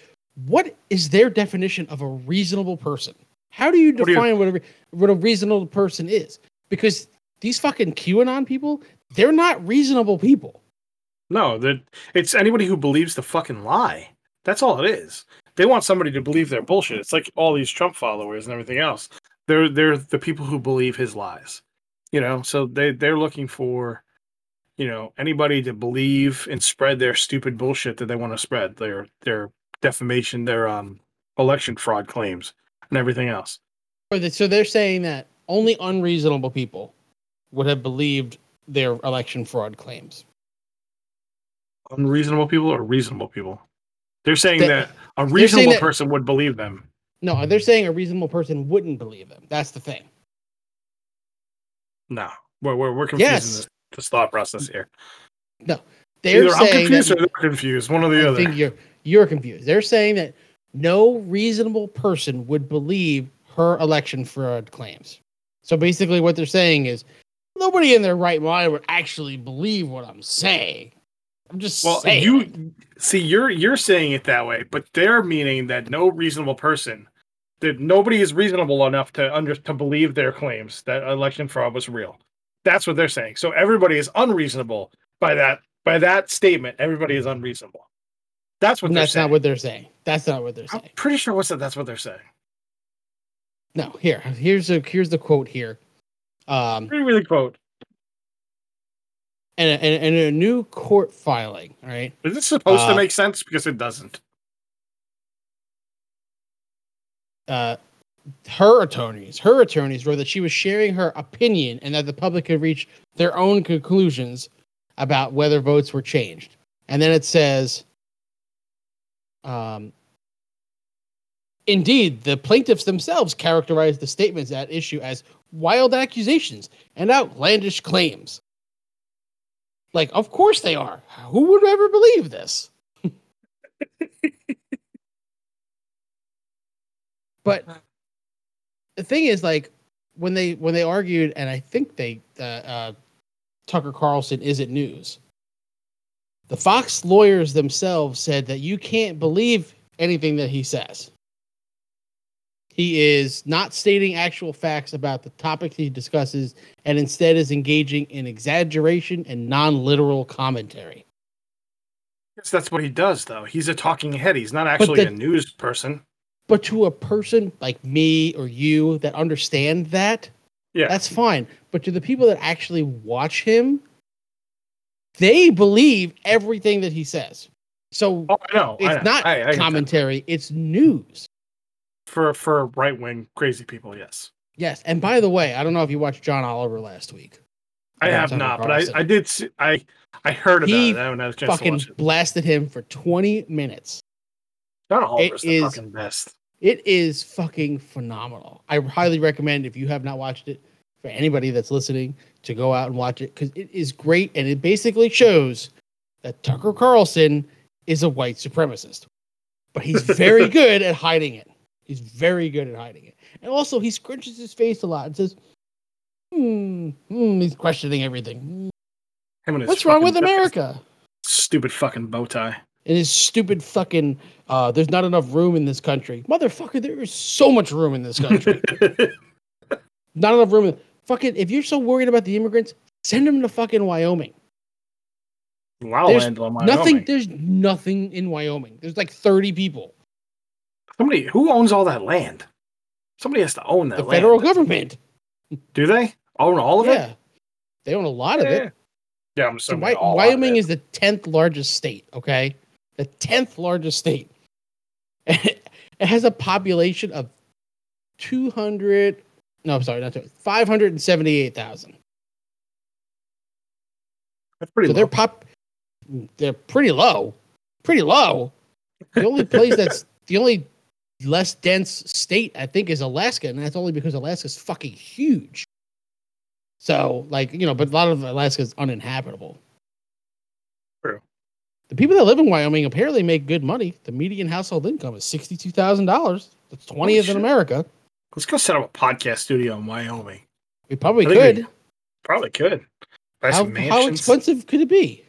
[SPEAKER 2] What is their definition of a reasonable person? How do you
[SPEAKER 1] What do you-
[SPEAKER 2] define what, a re what a reasonable person is? Because these fucking QAnon people, they're not reasonable people.
[SPEAKER 1] No, that it's anybody who believes the fucking lie. That's all it is. They want somebody to believe their bullshit. It's like all these Trump followers and everything else. They're they're the people who believe his lies. You know, so they they're looking for, you know, anybody to believe and spread their stupid bullshit that they want to spread. Their their defamation, their um election fraud claims and everything else.
[SPEAKER 2] Or they- So they're saying that only unreasonable people would have believed their election fraud claims.
[SPEAKER 1] Unreasonable people or reasonable people? They're saying
[SPEAKER 2] They-
[SPEAKER 1] that a reasonable
[SPEAKER 2] that-
[SPEAKER 1] person would believe them.
[SPEAKER 2] No, they're saying a reasonable person wouldn't believe them. That's the thing.
[SPEAKER 1] No. We're we're, we're confusing
[SPEAKER 2] Yes.
[SPEAKER 1] this, this thought process here.
[SPEAKER 2] They're
[SPEAKER 1] Either I'm
[SPEAKER 2] saying
[SPEAKER 1] confused
[SPEAKER 2] that,
[SPEAKER 1] or they're confused. One or the
[SPEAKER 2] I
[SPEAKER 1] other.
[SPEAKER 2] think you're you're confused. They're saying that no reasonable person would believe her election fraud claims. So basically, what they're saying is nobody in their right mind would actually believe what I'm saying. I'm just
[SPEAKER 1] well,
[SPEAKER 2] saying.
[SPEAKER 1] you see, you're you're saying it that way, but they're meaning that no reasonable person, that nobody is reasonable enough to under to believe their claims that election fraud was real. That's what they're saying. So everybody is unreasonable by that by that statement. Everybody is unreasonable. That's what
[SPEAKER 2] And
[SPEAKER 1] they're
[SPEAKER 2] that's
[SPEAKER 1] saying.
[SPEAKER 2] not what they're saying. That's not what they're
[SPEAKER 1] I'm
[SPEAKER 2] saying.
[SPEAKER 1] pretty sure what's that that's what they're saying.
[SPEAKER 2] No, here, here's a here's the quote here. Um,
[SPEAKER 1] Pretty really quote.
[SPEAKER 2] and, and, and a new court filing, right?
[SPEAKER 1] Is this supposed to
[SPEAKER 2] Uh,
[SPEAKER 1] make sense? Because it doesn't.
[SPEAKER 2] uh, her attorneys, her attorneys wrote that she was sharing her opinion and that the public could reach their own conclusions about whether votes were changed. And then it says, um, indeed, the plaintiffs themselves characterized the statements at issue as wild accusations and outlandish claims. Like, of course they are. Who would ever believe this? but the thing is like when they when they argued and i think they uh, uh, tucker carlson isn't news the fox lawyers themselves said that you can't believe anything that he says he is not stating actual facts about the topics he discusses and instead is engaging in exaggeration and non-literal commentary
[SPEAKER 1] Yes, That's what he does, though. He's a talking head. He's not actually
[SPEAKER 2] the-
[SPEAKER 1] a news person.
[SPEAKER 2] but to a person like me or you that understand that
[SPEAKER 1] Yeah.
[SPEAKER 2] that's fine. But to the people that actually watch him, they believe everything that he says. So
[SPEAKER 1] Oh, I know. I
[SPEAKER 2] it's
[SPEAKER 1] know.
[SPEAKER 2] not
[SPEAKER 1] I- I get that.
[SPEAKER 2] commentary, it's news.
[SPEAKER 1] for for right wing crazy people. Yes,
[SPEAKER 2] Yes. And by the way, I don't know if you watched John Oliver last week.
[SPEAKER 1] I
[SPEAKER 2] About
[SPEAKER 1] have
[SPEAKER 2] Tucker
[SPEAKER 1] not, but I
[SPEAKER 2] Carlson.
[SPEAKER 1] I did see, I I heard about
[SPEAKER 2] He
[SPEAKER 1] it. I haven't had a chance to
[SPEAKER 2] Fucking
[SPEAKER 1] watch it.
[SPEAKER 2] blasted him for 20 minutes.
[SPEAKER 1] John Oliver's the
[SPEAKER 2] is-
[SPEAKER 1] fucking best.
[SPEAKER 2] It is fucking phenomenal. I highly recommend if you have not watched it for anybody that's listening to go out and watch it because it is great and it basically shows that Tucker Carlson is a white supremacist, but he's very good at hiding it. He's very good at hiding it, and also he scrunches his face a lot and says, "Hmm, hmm," he's questioning everything. Hmm,
[SPEAKER 1] Him and his
[SPEAKER 2] What's wrong with
[SPEAKER 1] fucking
[SPEAKER 2] America?"
[SPEAKER 1] Stupid fucking bow tie.
[SPEAKER 2] and his stupid fucking uh, there's not enough room in this country. Motherfucker, there is so much room in this country. not enough room. In, fucking if you're so worried about the immigrants, Send them to fucking Wyoming.
[SPEAKER 3] La La
[SPEAKER 2] There's
[SPEAKER 3] Land on Wyoming.
[SPEAKER 2] Nothing. There's nothing in Wyoming. There's like 30 people.
[SPEAKER 1] Somebody who owns all that land? Somebody has to own that
[SPEAKER 2] the
[SPEAKER 1] land.
[SPEAKER 2] federal government.
[SPEAKER 1] Do they own all of
[SPEAKER 2] Yeah,
[SPEAKER 1] it?
[SPEAKER 2] they own a lot of
[SPEAKER 3] Yeah.
[SPEAKER 2] it.
[SPEAKER 1] Yeah, I'm
[SPEAKER 2] So
[SPEAKER 1] assuming
[SPEAKER 2] Wy-
[SPEAKER 1] all of
[SPEAKER 2] Wyoming
[SPEAKER 1] it.
[SPEAKER 2] is the 10th largest state. Okay, the 10th largest state. it has a population of 200. No, I'm sorry, not 200, 578,000.
[SPEAKER 1] That's pretty.
[SPEAKER 2] So
[SPEAKER 1] low.
[SPEAKER 2] they're pop. They're pretty low, pretty low. The only place that's the only less dense state I think is Alaska, and that's only because Alaska's fucking huge. So, like you know, but a lot of Alaska's uninhabitable.
[SPEAKER 1] True.
[SPEAKER 2] The people that live in Wyoming apparently make good money. The median household income is sixty-two thousand dollars. That's twentieth
[SPEAKER 1] shit.
[SPEAKER 2] in America.
[SPEAKER 1] Let's go set up a podcast studio in Wyoming.
[SPEAKER 2] We probably
[SPEAKER 1] I think
[SPEAKER 2] could.
[SPEAKER 1] we- Probably could. Buy
[SPEAKER 2] how,
[SPEAKER 1] some
[SPEAKER 2] how
[SPEAKER 1] mansions.
[SPEAKER 2] expensive could it be?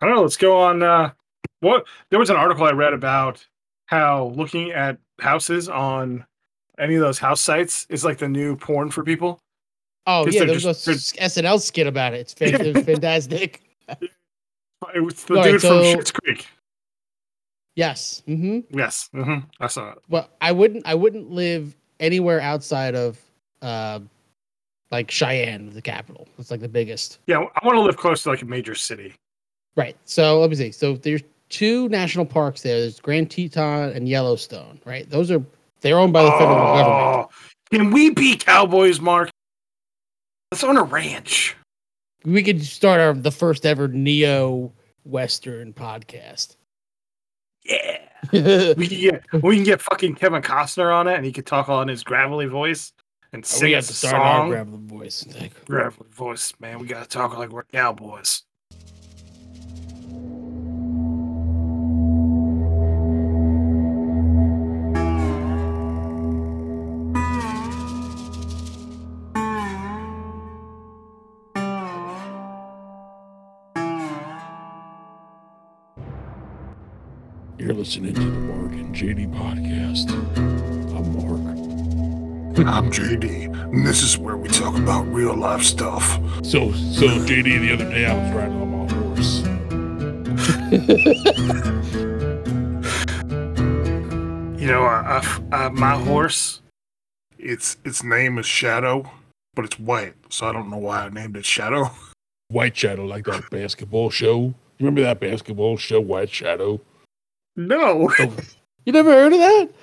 [SPEAKER 1] I don't know. Let's go on. Uh, what there was an article I read about how looking at houses on any of those house sites is like the new porn for people.
[SPEAKER 2] Oh
[SPEAKER 1] Just
[SPEAKER 2] yeah,
[SPEAKER 1] they're
[SPEAKER 2] there was
[SPEAKER 1] just-
[SPEAKER 2] a s- SNL skit about it. It's fan- it was fantastic.
[SPEAKER 1] It was the
[SPEAKER 2] All right,
[SPEAKER 1] dude from
[SPEAKER 2] so-
[SPEAKER 1] Schitt's Creek.
[SPEAKER 2] Yes. hmm
[SPEAKER 1] Yes, hmm I saw it.
[SPEAKER 2] Well, I wouldn't. I wouldn't live anywhere outside of, uh, like Cheyenne, the capital. It's like the biggest.
[SPEAKER 1] Yeah, I want to live close to like a major city.
[SPEAKER 2] Right. So let me see. So there's two national parks there. There's Grand Teton and Yellowstone. Right. Those are they're owned by the federal government.
[SPEAKER 1] Oh, can we be cowboys, Mark? Let's own a ranch.
[SPEAKER 2] We could start our the first ever neo western podcast.
[SPEAKER 1] Yeah, we can get we can get fucking Kevin Costner on it, and he could talk all in his gravelly voice and sing
[SPEAKER 2] we
[SPEAKER 1] us
[SPEAKER 2] have to
[SPEAKER 1] a
[SPEAKER 2] start
[SPEAKER 1] song.
[SPEAKER 2] our grab the voice. Like,
[SPEAKER 1] gravelly voice, man. We gotta talk like we're cowboys.
[SPEAKER 4] You're listening to the Mark and JD podcast. I'm Mark.
[SPEAKER 5] I'm JD, and this is where we talk about real life stuff.
[SPEAKER 4] So, so JD, the other day I was riding on my horse.
[SPEAKER 1] You know, uh, uh, uh, my horse.
[SPEAKER 5] Its its name is Shadow, but it's white, so I don't know why I named it Shadow.
[SPEAKER 4] White Shadow, like that basketball show. You remember that basketball show, White Shadow?
[SPEAKER 1] No,
[SPEAKER 2] You never heard of that?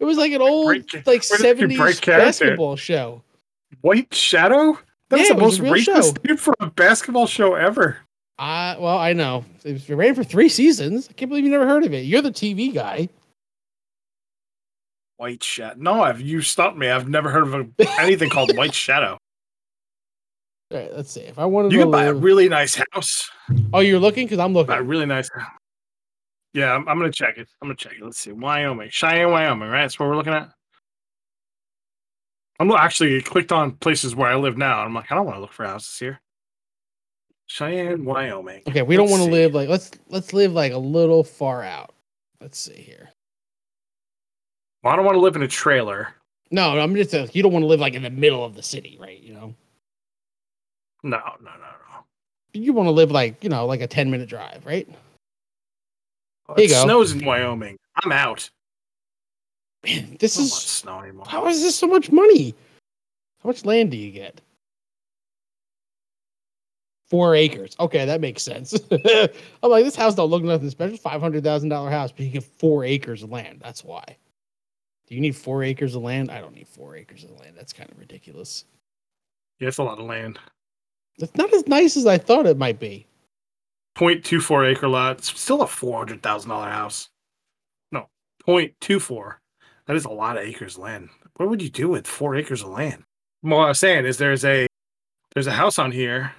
[SPEAKER 2] It was like an old,
[SPEAKER 1] Break-
[SPEAKER 2] like
[SPEAKER 1] where did you
[SPEAKER 2] seventies
[SPEAKER 1] break character?
[SPEAKER 2] basketball show.
[SPEAKER 1] White Shadow. That's
[SPEAKER 2] Yeah,
[SPEAKER 1] the
[SPEAKER 2] it
[SPEAKER 1] most
[SPEAKER 2] was a real
[SPEAKER 1] racist
[SPEAKER 2] show.
[SPEAKER 1] name for a basketball show ever.
[SPEAKER 2] I well, I know it, was, it ran for three seasons. I can't believe you never heard of it. You're the TV guy.
[SPEAKER 1] White Shadow. No, I've you stopped me. I've never heard of a, anything called White Shadow.
[SPEAKER 2] All right, let's see. If I wanted
[SPEAKER 1] You
[SPEAKER 2] to,
[SPEAKER 1] can buy a
[SPEAKER 2] live-
[SPEAKER 1] really nice house.
[SPEAKER 2] oh, you're looking because I'm
[SPEAKER 1] Buy a
[SPEAKER 2] looking.
[SPEAKER 1] really nice. Yeah, I'm, I'm gonna check it. I'm gonna check it. Let's see, Wyoming, Cheyenne, Wyoming. Right, that's what we're looking at. I'm lo- actually clicked on places where I live now. I'm like, I don't want to look for houses here. Cheyenne, Wyoming.
[SPEAKER 2] Okay, we don't
[SPEAKER 1] Let's
[SPEAKER 2] want to
[SPEAKER 1] see.
[SPEAKER 2] live like let's let's live like a little far out. Let's see here.
[SPEAKER 1] Well, I don't want to live in a trailer.
[SPEAKER 2] No, I'm just saying, you don't want to live like in the middle of the city, right? You know,
[SPEAKER 1] No, no, no, no.
[SPEAKER 2] you want to live like you know like a ten minute drive, right?
[SPEAKER 1] Oh,
[SPEAKER 2] There
[SPEAKER 1] it
[SPEAKER 2] you go.
[SPEAKER 1] snows in Wyoming. I'm out.
[SPEAKER 2] Man,
[SPEAKER 1] I
[SPEAKER 2] this
[SPEAKER 1] don't
[SPEAKER 2] is
[SPEAKER 1] want snow anymore.
[SPEAKER 2] How is this so much money? How much land do you get? Four acres. Okay, that makes sense. I'm like, this house don't look nothing special. Five hundred thousand dollar house, but you get four acres of land. That's why. Do you need four acres of land? I don't need four acres of land. That's kind of ridiculous.
[SPEAKER 1] Yeah, it's a lot of land.
[SPEAKER 2] That's not as nice as I thought it might be.
[SPEAKER 1] 0.24 acre lot. It's still a four hundred thousand dollar house. No, 0.24. That is a lot of acres of land. What would you do with four acres of land? Well, what I was saying is there's a there's a house on here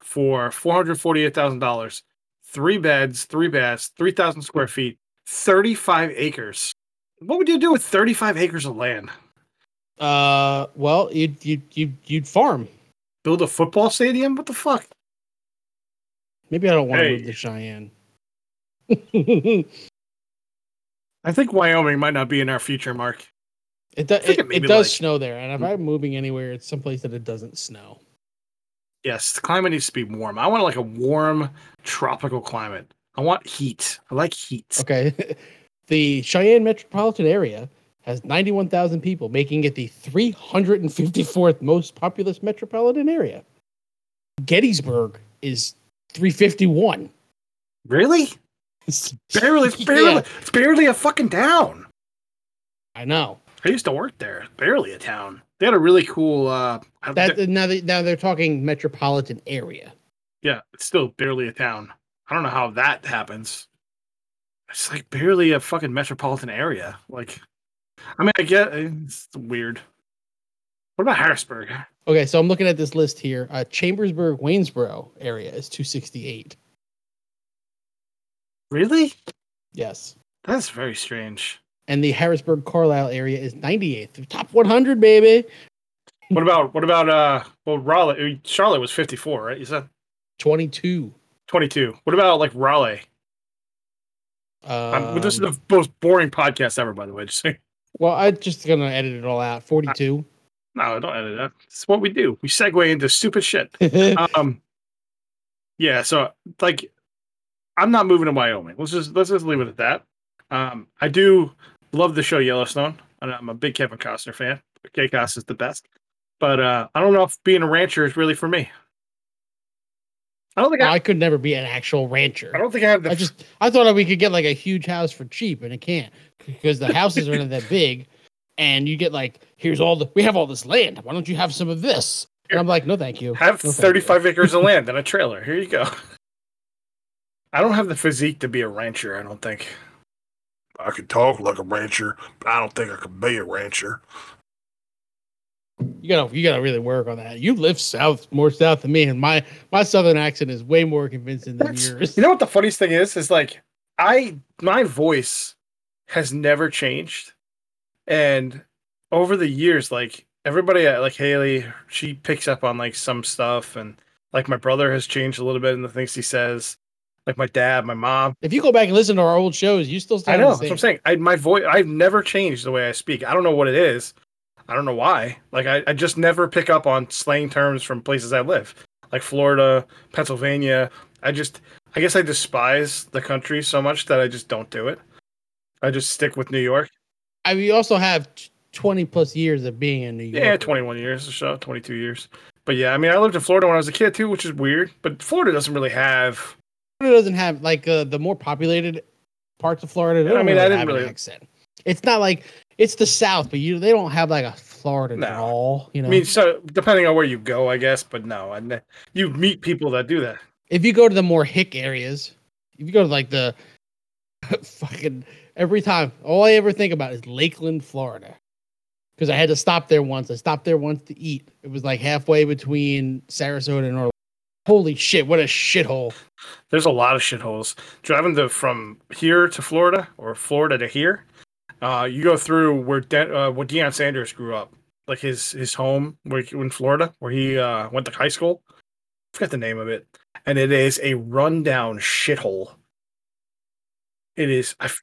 [SPEAKER 1] for four hundred forty eight thousand dollars, three beds, three baths, three thousand square feet, thirty five acres. What would you do with thirty five acres of land?
[SPEAKER 2] Uh, well, you you you you'd farm.
[SPEAKER 1] Build a football stadium? What the fuck?
[SPEAKER 2] Maybe I don't want to
[SPEAKER 1] Hey.
[SPEAKER 2] move to Cheyenne. I
[SPEAKER 1] I think Wyoming might not be in our future, Mark.
[SPEAKER 2] It, do,
[SPEAKER 1] I think
[SPEAKER 2] it,
[SPEAKER 1] it may
[SPEAKER 2] it
[SPEAKER 1] be
[SPEAKER 2] does
[SPEAKER 1] like-
[SPEAKER 2] snow there, and if I'm moving anywhere, it's someplace that it doesn't snow.
[SPEAKER 1] Yes, the climate needs to be warm. I want like a warm tropical climate. I want heat. I like heat.
[SPEAKER 2] Okay. the Cheyenne metropolitan area has 91,000 people, making it the 354th most populous metropolitan area. Gettysburg is 351.
[SPEAKER 1] Really? Barely, it's barely, it's barely a fucking town.
[SPEAKER 2] I know.
[SPEAKER 1] I used to work there. Barely a town. They had a really cool. uh
[SPEAKER 2] That
[SPEAKER 1] th-
[SPEAKER 2] now they, now they're talking metropolitan area.
[SPEAKER 1] Yeah, it's still barely a town. I don't know how that happens. It's like barely a fucking metropolitan area. Like, I mean, I get it's weird. What about Harrisburg?
[SPEAKER 2] Okay, so I'm looking at this list here. Uh, Chambersburg, Waynesboro area is 268.
[SPEAKER 1] Really?
[SPEAKER 2] Yes.
[SPEAKER 1] That's very strange.
[SPEAKER 2] And the Harrisburg Carlisle area is 98th. Top 100, baby.
[SPEAKER 1] What about what about uh? Well, Raleigh, Charlotte was fifty four, right? You said
[SPEAKER 2] 22.
[SPEAKER 1] twenty two. What about like Raleigh?
[SPEAKER 2] Um,
[SPEAKER 1] I'm, this is the most boring podcast ever, by the way. Just saying.
[SPEAKER 2] Well, I'm just gonna edit it all out. Forty-two.
[SPEAKER 1] No, don't edit that. It's what we do. We segue into stupid shit. um yeah so like i'm not moving to wyoming let's just let's just leave it at that um i do love the show yellowstone and i'm a big kevin costner fan k Costner's is the best but uh i don't know if being a rancher is really for me i don't think I,
[SPEAKER 2] I could never be an actual rancher.
[SPEAKER 1] I don't think i have the
[SPEAKER 2] I just I thought that we could get like a huge house for cheap, and it can't because the houses are not that big, and you get like here's all the we have all this land. Why don't you have some of this? And I'm like, no, thank you.
[SPEAKER 1] have
[SPEAKER 2] No, thank you.
[SPEAKER 1] 35 acres of land and a trailer here you go i don't have the physique to be a rancher i don't think
[SPEAKER 5] I could talk like a rancher, but I don't think I could be a rancher.
[SPEAKER 2] You gotta you gotta really work on that. You live south, more south than me, and my my southern accent is way more convincing than
[SPEAKER 1] That's-
[SPEAKER 2] yours.
[SPEAKER 1] You know what the funniest thing is? Is like I my voice has never changed, and over the years, like everybody, uh, like Haley, she picks up on like some stuff, and like my brother has changed a little bit in the things he says. Like my dad, my mom.
[SPEAKER 2] if you go back and listen to our old shows, you still sound
[SPEAKER 1] I know.
[SPEAKER 2] the
[SPEAKER 1] That's what I'm
[SPEAKER 2] same.
[SPEAKER 1] saying. I my voice. I've never changed the way I speak. I don't know what it is. I don't know why. Like I, I just never pick up on slang terms from places I live, like Florida, Pennsylvania. I just, I guess I despise the country so much that I just don't do it. I just stick with New York.
[SPEAKER 2] I mean, you also have t- twenty plus years of being in New York.
[SPEAKER 1] Yeah, 21 years or so, 22 years. But yeah, I mean, I lived in Florida when I was a kid too, which is weird. But Florida doesn't really have.
[SPEAKER 2] Florida doesn't have like uh, the more populated parts of Florida. They
[SPEAKER 1] Yeah, I
[SPEAKER 2] don't
[SPEAKER 1] mean,
[SPEAKER 2] really
[SPEAKER 1] I didn't
[SPEAKER 2] have
[SPEAKER 1] really-
[SPEAKER 2] an accent. It's not like it's the South, but you they don't have like a Florida
[SPEAKER 1] No.
[SPEAKER 2] drawl. You know,
[SPEAKER 1] I mean, so depending on where you go, I guess. But no, I ne- you meet people that do that.
[SPEAKER 2] if you go to the more hick areas, if you go to like the fucking every time, all I ever think about is Lakeland, Florida. Because I had to stop there once. I stopped there once to eat. It was like halfway between Sarasota and Orlando. Holy shit! What a shithole.
[SPEAKER 1] There's a lot of shitholes. Driving to from here to Florida or Florida to here, uh, you go through where De- uh, where Deion Sanders grew up, like his his home where he- in Florida, where he uh, went to high school. I forgot the name of it, and it is a rundown shithole. It is. I, f-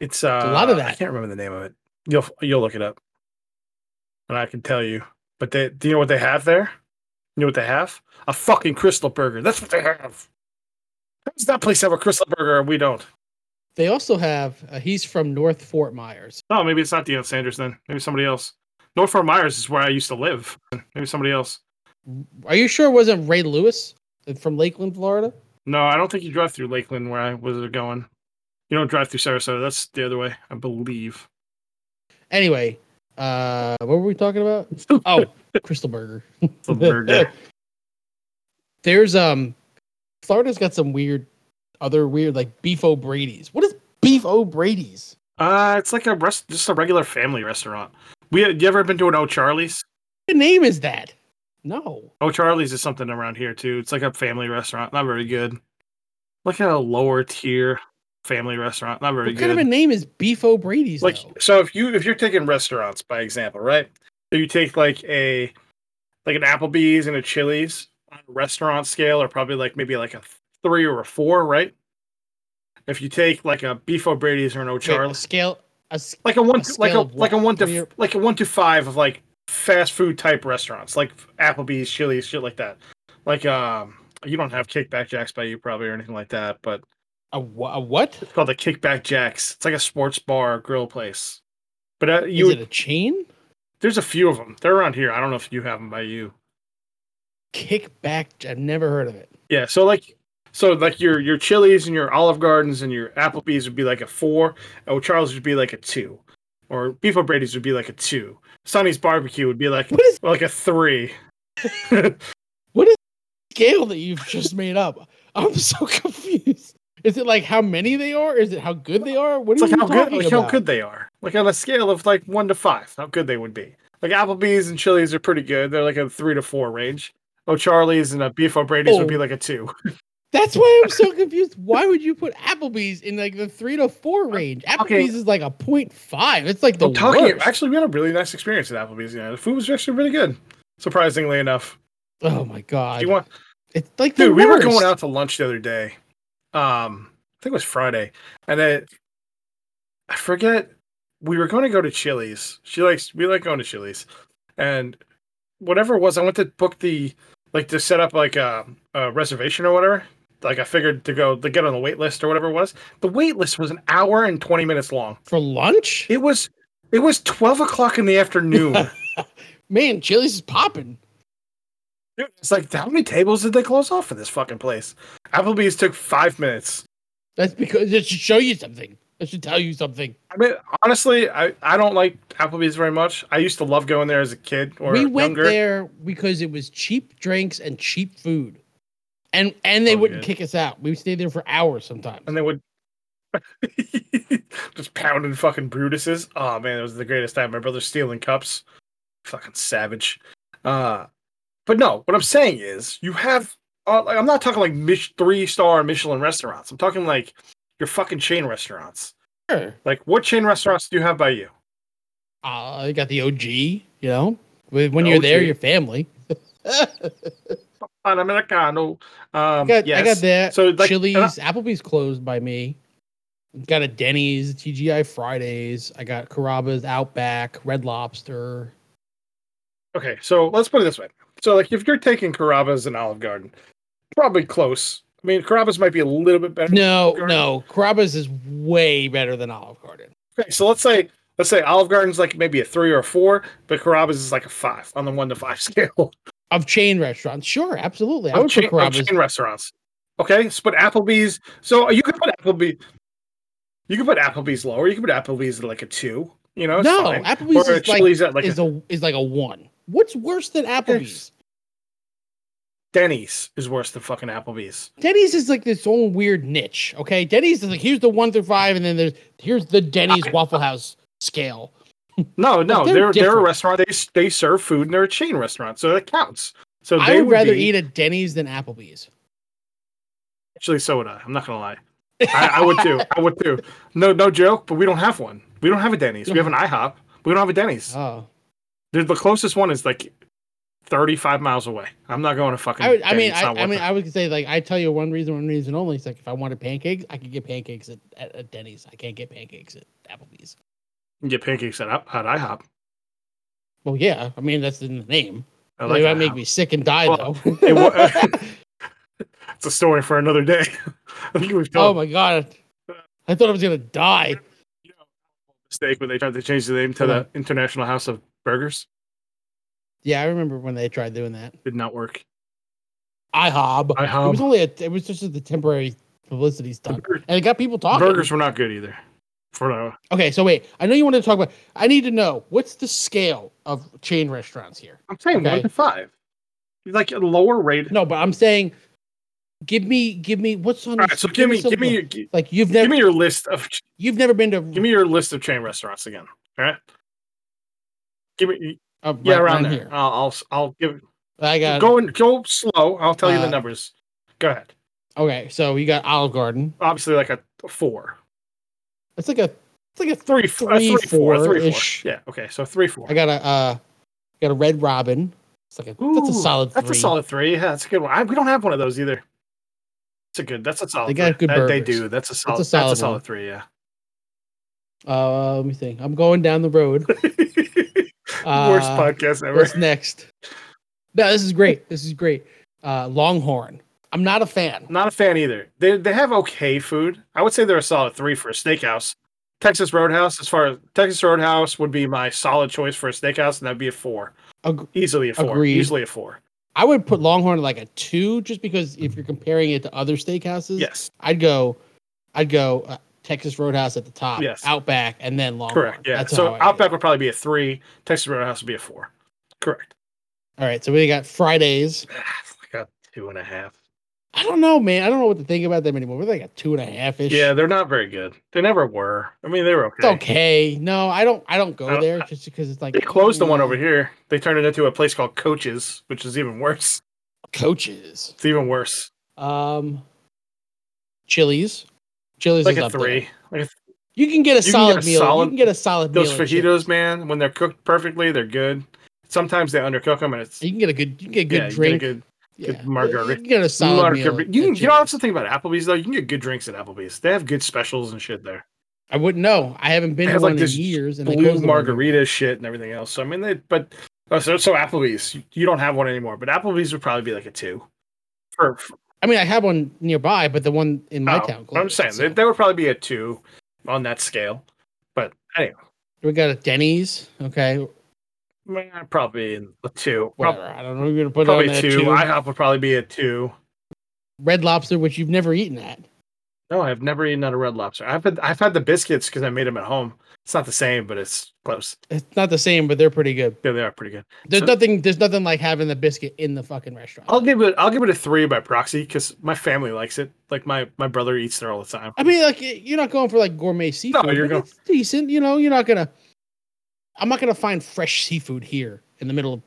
[SPEAKER 1] it's uh,
[SPEAKER 2] a lot of
[SPEAKER 1] I
[SPEAKER 2] that.
[SPEAKER 1] can't remember the name of it. You'll you'll look it up, and I can tell you. But they, do you know what they have there? You know what they have? A fucking crystal burger. That's what they have. How does that place have a crystal burger and we don't?
[SPEAKER 2] They also have. Uh, he's from North Fort Myers.
[SPEAKER 1] Oh, maybe it's not Deion Sanders then. Maybe somebody else. North Fort Myers is where I used to live. Maybe somebody else.
[SPEAKER 2] Are you sure it wasn't Ray Lewis from Lakeland, Florida?
[SPEAKER 1] No, I don't think you drive through Lakeland where I was going. You don't drive through Sarasota. That's the other way, I believe.
[SPEAKER 2] Anyway, uh, what were we talking about? Oh, Crystal Burger.
[SPEAKER 1] Crystal burger.
[SPEAKER 2] There's um, Florida's got some weird, other weird like Beef O'Brady's. What is Beef O'Brady's?
[SPEAKER 1] Uh, it's like a rest, just a regular family restaurant. We you ever been to an O'Charlie's?
[SPEAKER 2] What name is that? No,
[SPEAKER 1] O'Charlie's is something around here too. It's like a family restaurant, not very good. Like a lower tier family restaurant, not very
[SPEAKER 2] what
[SPEAKER 1] good.
[SPEAKER 2] kind of a name is Beef O'Brady's?
[SPEAKER 1] like
[SPEAKER 2] though?
[SPEAKER 1] so if you if you're taking restaurants by example right so you take like a like an applebee's and a chili's on a restaurant scale are probably like maybe like a three or a four right if you take like a beef o'brady's or an
[SPEAKER 2] Wait, a
[SPEAKER 1] o'charlie's
[SPEAKER 2] scale a
[SPEAKER 1] like a one to, like a
[SPEAKER 2] scale of
[SPEAKER 1] like a
[SPEAKER 2] what?
[SPEAKER 1] one to
[SPEAKER 2] What are your-
[SPEAKER 1] like a one to five of like fast food type restaurants, like Applebee's, Chili's, shit like that. Like um, you don't have Kickback Jacks by you probably or anything like that, but
[SPEAKER 2] a, wha- a what?
[SPEAKER 1] it's called the Kickback Jacks. It's like a sports bar grill place. But uh,
[SPEAKER 2] Is
[SPEAKER 1] you
[SPEAKER 2] it a chain?
[SPEAKER 1] there's a few of them. They're around here. I don't know if you have them by you.
[SPEAKER 2] Kickback? I've never heard of it.
[SPEAKER 1] Yeah, so like so like your your Chili's and your Olive Gardens and your Applebee's would be like a four, Oh, Charles would be like a two, or Beef O'Brady's would be like a two. Sonny's barbecue would be like
[SPEAKER 2] What is
[SPEAKER 1] like a three.
[SPEAKER 2] scale that you've just made up? I'm so confused. Is it like how many they are? Is it how good they are? What
[SPEAKER 1] It's
[SPEAKER 2] are
[SPEAKER 1] like
[SPEAKER 2] you
[SPEAKER 1] how good
[SPEAKER 2] talking
[SPEAKER 1] like
[SPEAKER 2] about?
[SPEAKER 1] how good they are. Like on a scale of like one to five, how good they would be. Like Applebee's and Chili's are pretty good. They're like a three to four range. Oh, Charlie's and a Beef O'Brady's would be
[SPEAKER 2] Oh.
[SPEAKER 1] like a two.
[SPEAKER 2] That's why I'm so confused. Why would you put Applebee's in like the three to four range? Applebee's
[SPEAKER 1] Okay.
[SPEAKER 2] is like a point five. It's like the
[SPEAKER 1] I'm talking.
[SPEAKER 2] worst.
[SPEAKER 1] Actually, we had a really nice experience at Applebee's. Yeah, the food was actually really good. Surprisingly enough,
[SPEAKER 2] oh my god!
[SPEAKER 1] do you want
[SPEAKER 2] it's like the
[SPEAKER 1] dude we were going
[SPEAKER 2] worst.
[SPEAKER 1] out to lunch the other day um i think it was friday and it i forget we were going to go to chili's she likes we like going to chili's and whatever it was i went to book the like to set up like a, a reservation or whatever like i figured to go to get on the wait list or whatever it was the wait list was an hour and 20 minutes long
[SPEAKER 2] for lunch.
[SPEAKER 1] it was it was 12 o'clock in the afternoon
[SPEAKER 2] Man, Chili's is popping.
[SPEAKER 1] Dude, it's like how many tables did they close off for this fucking place applebee's took five minutes
[SPEAKER 2] That's because it should show you something. It should tell you something.
[SPEAKER 1] I mean, honestly, I, I don't like Applebee's very much. I used to love going there as a kid or
[SPEAKER 2] we went
[SPEAKER 1] younger.
[SPEAKER 2] there because it was cheap drinks and cheap food, and and they
[SPEAKER 1] Oh,
[SPEAKER 2] wouldn't
[SPEAKER 1] yeah.
[SPEAKER 2] kick us out. We stayed there for hours sometimes.
[SPEAKER 1] and they would just pounding fucking Brutuses. Oh man, it was the greatest time. My brother's stealing cups. Fucking savage. Uh, but no, what I'm saying is you have. Uh, like, I'm not talking like Mich- three star Michelin restaurants. I'm talking like your fucking chain restaurants.
[SPEAKER 2] Sure.
[SPEAKER 1] Like what chain restaurants do you have by you?
[SPEAKER 2] Uh, you got the OG. You know, when when
[SPEAKER 1] The
[SPEAKER 2] you're there,
[SPEAKER 1] OG.
[SPEAKER 2] your family.
[SPEAKER 1] An Americano. Um,
[SPEAKER 2] I got, I got
[SPEAKER 1] yes.
[SPEAKER 2] that.
[SPEAKER 1] So,
[SPEAKER 2] So
[SPEAKER 1] like,
[SPEAKER 2] Chili's,
[SPEAKER 1] and I-
[SPEAKER 2] Applebee's closed by me. Got a Denny's, TGI Fridays. I got Carrabba's, Outback, Red Lobster.
[SPEAKER 1] Okay, so let's put it this way. So, like, if you're taking Carrabba's and Olive Garden, probably close. I mean, Carrabba's might be a little bit better.
[SPEAKER 2] No,
[SPEAKER 1] Garden.
[SPEAKER 2] no, Carrabba's is way better than Olive Garden.
[SPEAKER 1] Okay, so let's say let's say Olive Garden's like maybe a three or a four, but Carrabba's is like a five on the one to five scale.
[SPEAKER 2] Of chain restaurants, sure, absolutely. I
[SPEAKER 1] Of
[SPEAKER 2] would
[SPEAKER 1] chain,
[SPEAKER 2] put
[SPEAKER 1] of
[SPEAKER 2] Carrabba's.
[SPEAKER 1] chain restaurants. Okay, so put Applebee's. So you could put Applebee. You could put Applebee's lower. You could put Applebee's at like a two. You know, it's
[SPEAKER 2] no,
[SPEAKER 1] fine.
[SPEAKER 2] Applebee's
[SPEAKER 1] or
[SPEAKER 2] is like,
[SPEAKER 1] Chili's at like
[SPEAKER 2] is
[SPEAKER 1] a,
[SPEAKER 2] a is like a one. What's worse than Applebee's?
[SPEAKER 1] Denny's is worse than fucking Applebee's.
[SPEAKER 2] Denny's is like this own weird niche. Okay, Denny's is like here's the one through five, and then there's here's the Denny's Waffle House scale.
[SPEAKER 1] No, no,
[SPEAKER 2] they're
[SPEAKER 1] they're they're, a
[SPEAKER 2] different.
[SPEAKER 1] restaurant. They s- they serve food and they're a chain restaurant, so that counts. So they
[SPEAKER 2] I would rather
[SPEAKER 1] be,
[SPEAKER 2] eat at Denny's than Applebee's.
[SPEAKER 1] actually so would I. I'm not gonna lie. I, I would too. I would too. No, no joke. But we don't have one. We don't have a Denny's. We have an IHOP. We don't have a Denny's.
[SPEAKER 2] Oh,
[SPEAKER 1] They're- the closest one is like 35 miles away. I'm not going to fucking.
[SPEAKER 2] I, would, I
[SPEAKER 1] Denny's.
[SPEAKER 2] mean,
[SPEAKER 1] It's
[SPEAKER 2] I,
[SPEAKER 1] not
[SPEAKER 2] I
[SPEAKER 1] worth
[SPEAKER 2] mean,
[SPEAKER 1] it.
[SPEAKER 2] I would say like I tell you one reason, one reason only. It's like if I wanted pancakes, I could get pancakes at, at, at Denny's. I can't get pancakes at Applebee's.
[SPEAKER 1] You can get pancakes at, at IHOP.
[SPEAKER 2] Well, yeah, I mean that's in the name.
[SPEAKER 1] I
[SPEAKER 2] They might
[SPEAKER 1] IHOP.
[SPEAKER 2] make me sick and die
[SPEAKER 1] Well,
[SPEAKER 2] though.
[SPEAKER 1] It wa- it's a story for another day. I think we've told
[SPEAKER 2] oh my god, I thought I was gonna die.
[SPEAKER 1] mistake when they tried to change the name to
[SPEAKER 2] Hold
[SPEAKER 1] the International House of Burgers.
[SPEAKER 2] Yeah, I remember when they tried doing that.
[SPEAKER 1] Did not work. um,
[SPEAKER 2] IHOB. It
[SPEAKER 1] IHOP.
[SPEAKER 2] was only a, it was just the temporary publicity stunt, and it got people
[SPEAKER 1] The
[SPEAKER 2] talking.
[SPEAKER 1] burgers were not good either. For now,
[SPEAKER 2] Okay, so wait, I know you wanted to talk about. I need to know what's the scale of chain restaurants here.
[SPEAKER 1] I'm saying one
[SPEAKER 2] Okay.
[SPEAKER 1] to five, like a lower rate.
[SPEAKER 2] No, but I'm saying, give me, give me what's on.
[SPEAKER 1] All
[SPEAKER 2] the-
[SPEAKER 1] right, so give me,
[SPEAKER 2] some-
[SPEAKER 1] give me, your, gi-
[SPEAKER 2] like you've
[SPEAKER 1] give
[SPEAKER 2] never,
[SPEAKER 1] me your list of,
[SPEAKER 2] you've never been to.
[SPEAKER 1] give me your list of chain restaurants again. All right, give me
[SPEAKER 2] uh,
[SPEAKER 1] yeah
[SPEAKER 2] right-
[SPEAKER 1] around
[SPEAKER 2] right
[SPEAKER 1] there. I'll, I'll I'll give
[SPEAKER 2] I got
[SPEAKER 1] go and go slow. I'll tell you the
[SPEAKER 2] Uh,
[SPEAKER 1] numbers. Go ahead.
[SPEAKER 2] okay. So you got Olive Garden.
[SPEAKER 1] Obviously, like a four,
[SPEAKER 2] It's like a, it's like a.
[SPEAKER 1] three, f- a
[SPEAKER 2] Three,
[SPEAKER 1] three, four, a three,
[SPEAKER 2] four-ish.
[SPEAKER 1] four. Yeah. Okay. So three, four.
[SPEAKER 2] I got a, uh, got a Red Robin. It's like a, that's a
[SPEAKER 1] Ooh,
[SPEAKER 2] solid.
[SPEAKER 1] That's a
[SPEAKER 2] three.
[SPEAKER 1] solid three. Yeah, that's a good one. I, we don't have one of those either. It's a good. That's a solid.
[SPEAKER 2] They got
[SPEAKER 1] three.
[SPEAKER 2] good
[SPEAKER 1] That- they
[SPEAKER 2] burgers.
[SPEAKER 1] do. That's a solid. That's a
[SPEAKER 2] solid
[SPEAKER 1] solid,
[SPEAKER 2] one.
[SPEAKER 1] three. Yeah.
[SPEAKER 2] Uh, let me think. I'm going down the road. Uh,
[SPEAKER 3] Worst podcast ever.
[SPEAKER 2] What's next? No, this is great. This is great. Uh, Longhorn. I'm not a fan.
[SPEAKER 1] Not a fan either. They they have okay food. I would say they're a solid three for a steakhouse. Texas Roadhouse, as far as Texas Roadhouse would be my solid choice for a steakhouse, and that'd be a four.
[SPEAKER 2] Ag-
[SPEAKER 1] Easily a four.
[SPEAKER 2] Agreed.
[SPEAKER 1] Easily a four.
[SPEAKER 2] I would put Longhorn at like a two, just because if you're comparing it to other steakhouses,
[SPEAKER 1] Yes.
[SPEAKER 2] I'd go, I'd go uh, Texas Roadhouse at the top,
[SPEAKER 1] Yes.
[SPEAKER 2] Outback, and then Longhorn.
[SPEAKER 1] Correct. Yeah.
[SPEAKER 2] That's
[SPEAKER 1] so
[SPEAKER 2] how I-
[SPEAKER 1] Outback would probably be a three. Texas Roadhouse would be a four. Correct.
[SPEAKER 2] All right, so we got Fridays.
[SPEAKER 1] Ah, I got two and a half.
[SPEAKER 2] I don't know, man. I don't know what to think about them anymore. We're like a two and a half ish.
[SPEAKER 1] Yeah, they're not very good. They never were. I mean, they were
[SPEAKER 2] it's
[SPEAKER 1] okay.
[SPEAKER 2] okay. No, I don't. I don't go
[SPEAKER 1] I don't-
[SPEAKER 2] there just because it's like
[SPEAKER 1] They closed the one
[SPEAKER 2] mm,
[SPEAKER 1] over here. They turned it into a place called Coaches, which is even worse.
[SPEAKER 2] Coaches.
[SPEAKER 1] It's even worse.
[SPEAKER 2] Um, Chili's. Chili's
[SPEAKER 1] Like
[SPEAKER 2] is
[SPEAKER 1] a
[SPEAKER 2] up there.
[SPEAKER 1] three. Like a
[SPEAKER 2] You can get a
[SPEAKER 1] can
[SPEAKER 2] solid
[SPEAKER 1] get a
[SPEAKER 2] meal.
[SPEAKER 1] solid-
[SPEAKER 2] you can get a solid
[SPEAKER 1] Those
[SPEAKER 2] meal. at
[SPEAKER 1] fajitos, man, when they're cooked perfectly, they're good. Sometimes they undercook them, and it's
[SPEAKER 2] Chili's. You can get a good. You can get a good
[SPEAKER 1] yeah, you
[SPEAKER 2] drink.
[SPEAKER 1] get a good good
[SPEAKER 2] You
[SPEAKER 1] margarita.
[SPEAKER 2] can get a solid meal.
[SPEAKER 1] margarita. You,
[SPEAKER 2] at
[SPEAKER 1] can, you know
[SPEAKER 2] Chili's.
[SPEAKER 1] that's the thing about Applebee's though. You can get good drinks at Applebee's. They have good specials and shit there.
[SPEAKER 2] I wouldn't know. I haven't
[SPEAKER 1] They
[SPEAKER 2] been to
[SPEAKER 1] have,
[SPEAKER 2] one
[SPEAKER 1] like,
[SPEAKER 2] in
[SPEAKER 1] this
[SPEAKER 2] years. And I
[SPEAKER 1] Blue
[SPEAKER 2] closed the one.
[SPEAKER 1] margarita shit and everything else. So I mean, they but oh, so so Applebee's. You- You don't have one anymore, but Applebee's would probably be like a two. For, for
[SPEAKER 2] I mean, I have one nearby, but the one in my
[SPEAKER 1] oh,
[SPEAKER 2] town.
[SPEAKER 1] I'm
[SPEAKER 2] closed,
[SPEAKER 1] saying
[SPEAKER 2] so.
[SPEAKER 1] they, they would probably be a two on that scale. But anyway,
[SPEAKER 2] we got a Denny's. Okay,
[SPEAKER 1] meh, probably a two. Prob-
[SPEAKER 2] whatever. I don't know. You're gonna put it on
[SPEAKER 1] Probably
[SPEAKER 2] there
[SPEAKER 1] two.
[SPEAKER 2] too.
[SPEAKER 1] IHOP would probably be a two.
[SPEAKER 2] Red Lobster, which you've never eaten at.
[SPEAKER 1] No, I've never eaten at a Red Lobster. I've had I've had the biscuits because I made them at home. It's not the same, but it's close.
[SPEAKER 2] It's not the same, but they're pretty good.
[SPEAKER 1] Yeah, they are pretty good.
[SPEAKER 2] There's
[SPEAKER 1] So- Oh.
[SPEAKER 2] nothing. There's nothing like having the biscuit in the fucking restaurant.
[SPEAKER 1] I'll give it I'll give it a three by proxy because my family likes it. Like my my brother eats there all the time.
[SPEAKER 2] I mean, like y- you're not going for like gourmet seafood.
[SPEAKER 1] you're
[SPEAKER 2] but
[SPEAKER 1] going-
[SPEAKER 2] it's decent. You know, you're not gonna. I'm not gonna find fresh seafood here in the middle of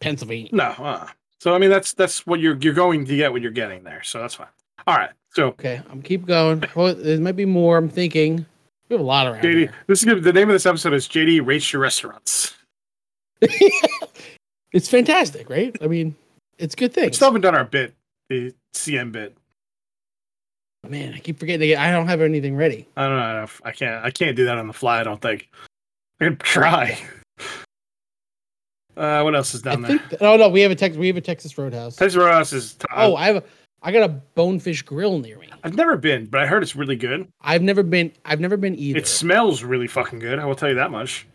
[SPEAKER 2] Pennsylvania.
[SPEAKER 1] No, uh, so I mean that's that's what you're you're going to get what you're getting there. So that's fine. All right. So
[SPEAKER 2] Okay, I'm keep going. Well, there might be more. I'm thinking we have a lot around
[SPEAKER 1] JD,
[SPEAKER 2] here.
[SPEAKER 1] this is gonna, the name of this episode is JD rates your restaurants.
[SPEAKER 2] it's fantastic, right? I mean, it's a good thing.
[SPEAKER 1] We still haven't done our bit, the CM bit.
[SPEAKER 2] Oh, Man, I keep forgetting to get. I don't have anything ready.
[SPEAKER 1] I don't know. I don't- I can't. I can't do that on the fly. I don't think. I can try. Uh, what else is down
[SPEAKER 2] I
[SPEAKER 1] there?
[SPEAKER 2] think. oh no, we have a Texas. We have a Texas Roadhouse.
[SPEAKER 1] Texas Roadhouse is. T-
[SPEAKER 2] oh,
[SPEAKER 1] oh,
[SPEAKER 2] I have. A, I got a Bonefish Grill near me.
[SPEAKER 1] I've never been, but I heard it's really good.
[SPEAKER 2] I've never been. I've never been either.
[SPEAKER 1] It smells really fucking good. I will tell you that much.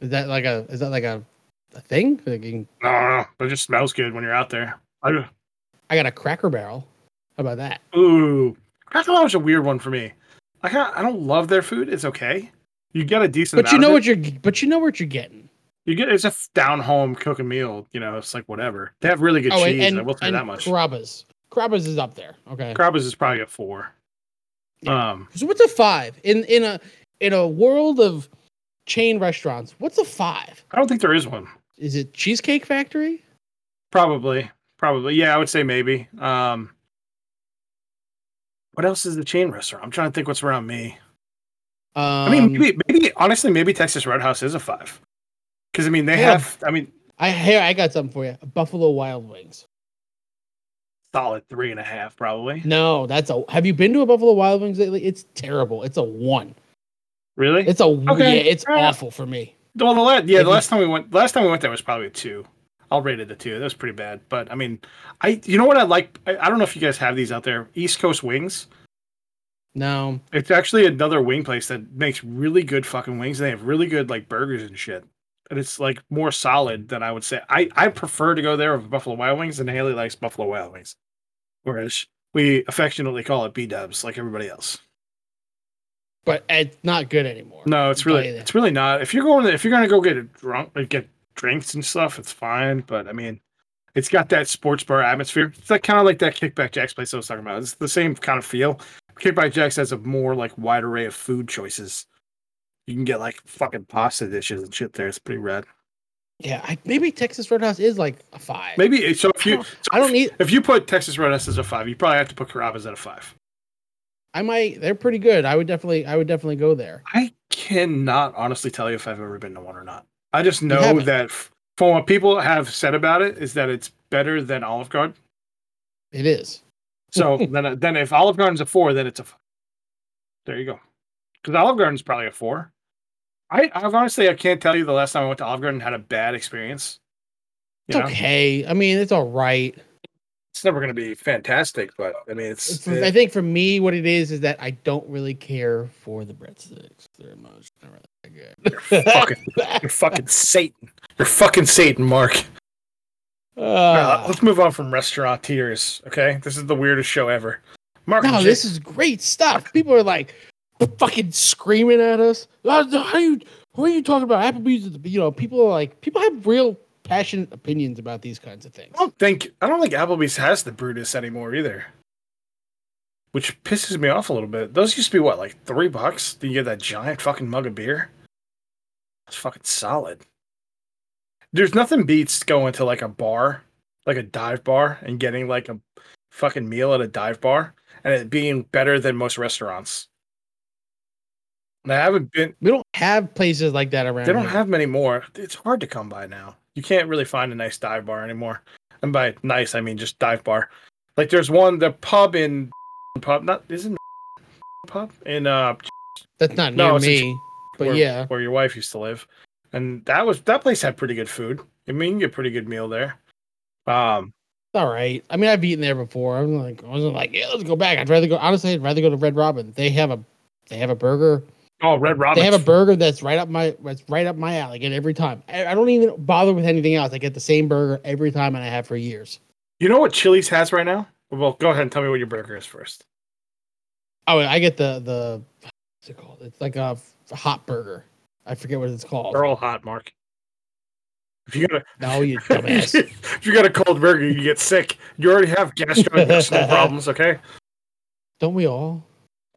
[SPEAKER 2] is that like a? Is that like a, a thing? Like you can-
[SPEAKER 1] I don't know. It just smells good when you're out there. I,
[SPEAKER 2] I got a Cracker Barrel. How about that?
[SPEAKER 1] ooh, Cracker Barrel is a weird one for me. I can't, I don't love their food. It's okay. You get a decent.
[SPEAKER 2] But you
[SPEAKER 1] amount
[SPEAKER 2] know
[SPEAKER 1] of
[SPEAKER 2] what you're. But you know what you're getting.
[SPEAKER 1] it. you get. It's a down home cooking meal. You know, it's like whatever. They have really good
[SPEAKER 2] oh,
[SPEAKER 1] cheese.
[SPEAKER 2] and
[SPEAKER 1] I will tell you
[SPEAKER 2] and
[SPEAKER 1] that much.
[SPEAKER 2] Carrabba's. Carrabba's is up there. Okay.
[SPEAKER 1] Carrabba's is probably a four. Um,
[SPEAKER 2] So what's a five in in a in a world of chain restaurants? What's a five?
[SPEAKER 1] I don't think there is one.
[SPEAKER 2] Is it Cheesecake Factory?
[SPEAKER 1] Probably, probably. Yeah, I would say maybe. Um, what else is the chain restaurant? I'm trying to think what's around me.
[SPEAKER 2] Um,
[SPEAKER 1] I mean, maybe, maybe honestly, maybe Texas Roadhouse is a five. Because I mean, they
[SPEAKER 2] Yeah.
[SPEAKER 1] have. I mean,
[SPEAKER 2] I here I got something for you. Buffalo Wild Wings.
[SPEAKER 1] solid three and a half probably.
[SPEAKER 2] No, that's a. Have you been to a Buffalo Wild Wings lately? It's terrible. It's a one.
[SPEAKER 1] Really?
[SPEAKER 2] It's a
[SPEAKER 1] Okay,
[SPEAKER 2] yeah. It's
[SPEAKER 1] fair enough.
[SPEAKER 2] awful for me.
[SPEAKER 1] well, the last yeah,
[SPEAKER 2] if
[SPEAKER 1] the
[SPEAKER 2] you-
[SPEAKER 1] last time we went, last time we went there was probably a two. I'll rate it a two. That was pretty bad. But I mean, I you know what I like? I, I don't know if you guys have these out there. East Coast Wings.
[SPEAKER 2] No,
[SPEAKER 1] It's actually another wing place that makes really good fucking wings. They have really good like burgers and shit. And it's like more solid than I would say. I, I prefer to go there with Buffalo Wild Wings, and Haley likes Buffalo Wild Wings, whereas we affectionately call it B Dubs, like everybody else.
[SPEAKER 2] but it's not good anymore.
[SPEAKER 1] No, it's really
[SPEAKER 2] But-
[SPEAKER 1] it's really not. If you're going if you're gonna go get a drunk like get drinks and stuff, it's fine. But I mean, it's got that sports bar atmosphere. It's like kind of like that Kickback Jacks place I was talking about. It's the same kind of feel. Kickback Jacks has a more like wide array of food choices. You can get like fucking pasta dishes and shit there. It's pretty rad.
[SPEAKER 2] Yeah, I, maybe Texas Roadhouse is like a five.
[SPEAKER 1] Maybe it- so. If
[SPEAKER 2] I
[SPEAKER 1] you
[SPEAKER 2] don't, I don't need.
[SPEAKER 1] if you put Texas Roadhouse as a five, you probably have to put Carrabba's at a five.
[SPEAKER 2] I might. They're pretty good. I would definitely. I would definitely go there.
[SPEAKER 1] I cannot honestly tell you if I've ever been to one or not. I just know
[SPEAKER 2] haven't.
[SPEAKER 1] that f- from what people have said about it is that it's better than Olive Garden.
[SPEAKER 2] It is.
[SPEAKER 1] So then, then if Olive Garden's a four, then it's a. f- There you go. Because Olive Garden's probably a four. I I've honestly I can't tell you the last time I went to Olive Garden and had a bad experience.
[SPEAKER 2] It's
[SPEAKER 1] You know?
[SPEAKER 2] okay. I mean, it's all right.
[SPEAKER 1] It's never going to be fantastic, but I mean, it's, eh,
[SPEAKER 2] It's- I think for me, what it is is that I don't really care for the breadsticks. They're not they're not that good.
[SPEAKER 1] fucking- you're fucking Satan. You're fucking Satan, Mark. All right, let-
[SPEAKER 2] Uh,
[SPEAKER 1] let's move on from restaurateurs. Okay, this is the weirdest show ever. Mark,
[SPEAKER 2] no,
[SPEAKER 1] and
[SPEAKER 2] this is great stuff. People are like fucking screaming at us. "Oh, no, How you? What are you talking about? Applebee's? is the-" You know, people are like people have real passionate opinions about these kinds of things.
[SPEAKER 1] I don't think I don't think Applebee's has the Brutus anymore either, which pisses me off a little bit. Those used to be what, like three bucks? Then you get that giant fucking mug of beer. That's fucking solid. There's nothing beats going to like a bar, like a dive bar, and getting like a fucking meal at a dive bar, and it being better than most restaurants. And I haven't been.
[SPEAKER 2] We don't have places like that around.
[SPEAKER 1] They don't
[SPEAKER 2] here.
[SPEAKER 1] have many more. It's hard to come by now. You can't really find a nice dive bar anymore. And by nice, I mean just dive bar. Like there's one, the pub in pub, not isn't pub in uh
[SPEAKER 2] That's not
[SPEAKER 1] No,
[SPEAKER 2] near
[SPEAKER 1] it's in
[SPEAKER 2] me. But
[SPEAKER 1] where,
[SPEAKER 2] yeah,
[SPEAKER 1] where your wife used to live, and that was that place had pretty good food. I mean, you can get a pretty good meal there. Um,
[SPEAKER 2] it's all right. I mean, I've eaten there before. I'm like, I wasn't like, yeah, let's go back. I'd rather go. Honestly, I'd rather go to Red Robin. They have a, they have a burger.
[SPEAKER 1] oh, Red Robin.
[SPEAKER 2] They have a burger that's right up my, that's right up my alley. I get it every time. I, I don't even bother with anything else. I get the same burger every time, and I have for years.
[SPEAKER 1] you know what Chili's has right now? Well, go ahead and tell me what your burger is first.
[SPEAKER 2] Oh, and I get the the, what's it called? It's like a f- hot burger. I forget what it's called.
[SPEAKER 1] They're all hot, Mark. If you got a
[SPEAKER 2] No, you dumbass.
[SPEAKER 1] if you got a cold burger, you get sick. You already have gastrointestinal problems, okay?
[SPEAKER 2] don't we all?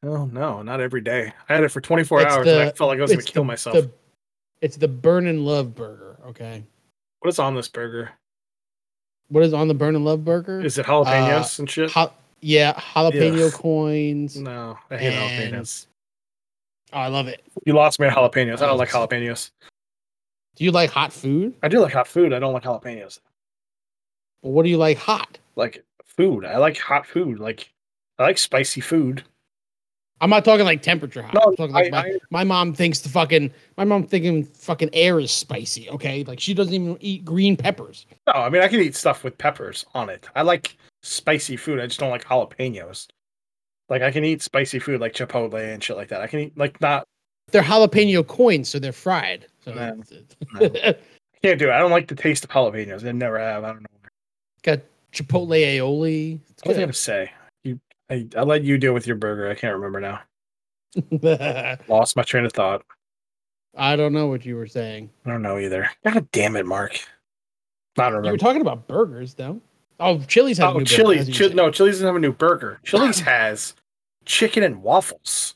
[SPEAKER 1] Oh no, not every day. I had it for 24
[SPEAKER 2] It's
[SPEAKER 1] hours. and I
[SPEAKER 2] the-
[SPEAKER 1] felt like I was gonna
[SPEAKER 2] it's
[SPEAKER 1] kill
[SPEAKER 2] the-
[SPEAKER 1] myself.
[SPEAKER 2] the- it's the burn and love burger. Okay,
[SPEAKER 1] What is on this burger?
[SPEAKER 2] what is on the burn and love burger?
[SPEAKER 1] Is it Mm. jalapenos and shit?
[SPEAKER 2] Ho- yeah, jalapeno coins.
[SPEAKER 1] no, I hate
[SPEAKER 2] And-
[SPEAKER 1] jalapenos.
[SPEAKER 2] Oh, I love it.
[SPEAKER 1] You lost me at jalapenos. I don't like jalapenos.
[SPEAKER 2] Do you like hot food?
[SPEAKER 1] I do like hot food. I don't like jalapenos.
[SPEAKER 2] Well, what do you like hot?
[SPEAKER 1] Like food. I like hot food. Like I like spicy food.
[SPEAKER 2] I'm not talking like temperature hot.
[SPEAKER 1] No,
[SPEAKER 2] I'm talking like
[SPEAKER 1] I-
[SPEAKER 2] my,
[SPEAKER 1] I-
[SPEAKER 2] my mom thinks the fucking my mom thinking fucking air is spicy. Okay, like she doesn't even eat green peppers.
[SPEAKER 1] No, I mean I can eat stuff with peppers on it. I like spicy food. I just don't like jalapenos. Like I can eat spicy food like chipotle and shit like that. I can eat like not.
[SPEAKER 2] They're jalapeno coins, so they're fried. So
[SPEAKER 1] No,
[SPEAKER 2] it's-
[SPEAKER 1] I can't do it. I don't like the taste of jalapenos. I never have. I don't know.
[SPEAKER 2] got chipotle aioli. It's
[SPEAKER 1] What was I gonna say? You, I, I let you deal with your burger. I can't remember now.
[SPEAKER 2] good.
[SPEAKER 1] Lost my train of thought.
[SPEAKER 2] I don't know what you were saying.
[SPEAKER 1] I don't know either. God damn it, Mark. I don't
[SPEAKER 2] You were
[SPEAKER 1] remember.
[SPEAKER 2] talking about burgers, though. Oh, Chili's has a
[SPEAKER 1] oh,
[SPEAKER 2] new burger,
[SPEAKER 1] Chili's.
[SPEAKER 2] as you
[SPEAKER 1] Chi-
[SPEAKER 2] said.
[SPEAKER 1] no, Chili's doesn't have a new burger. Chili's has chicken and waffles.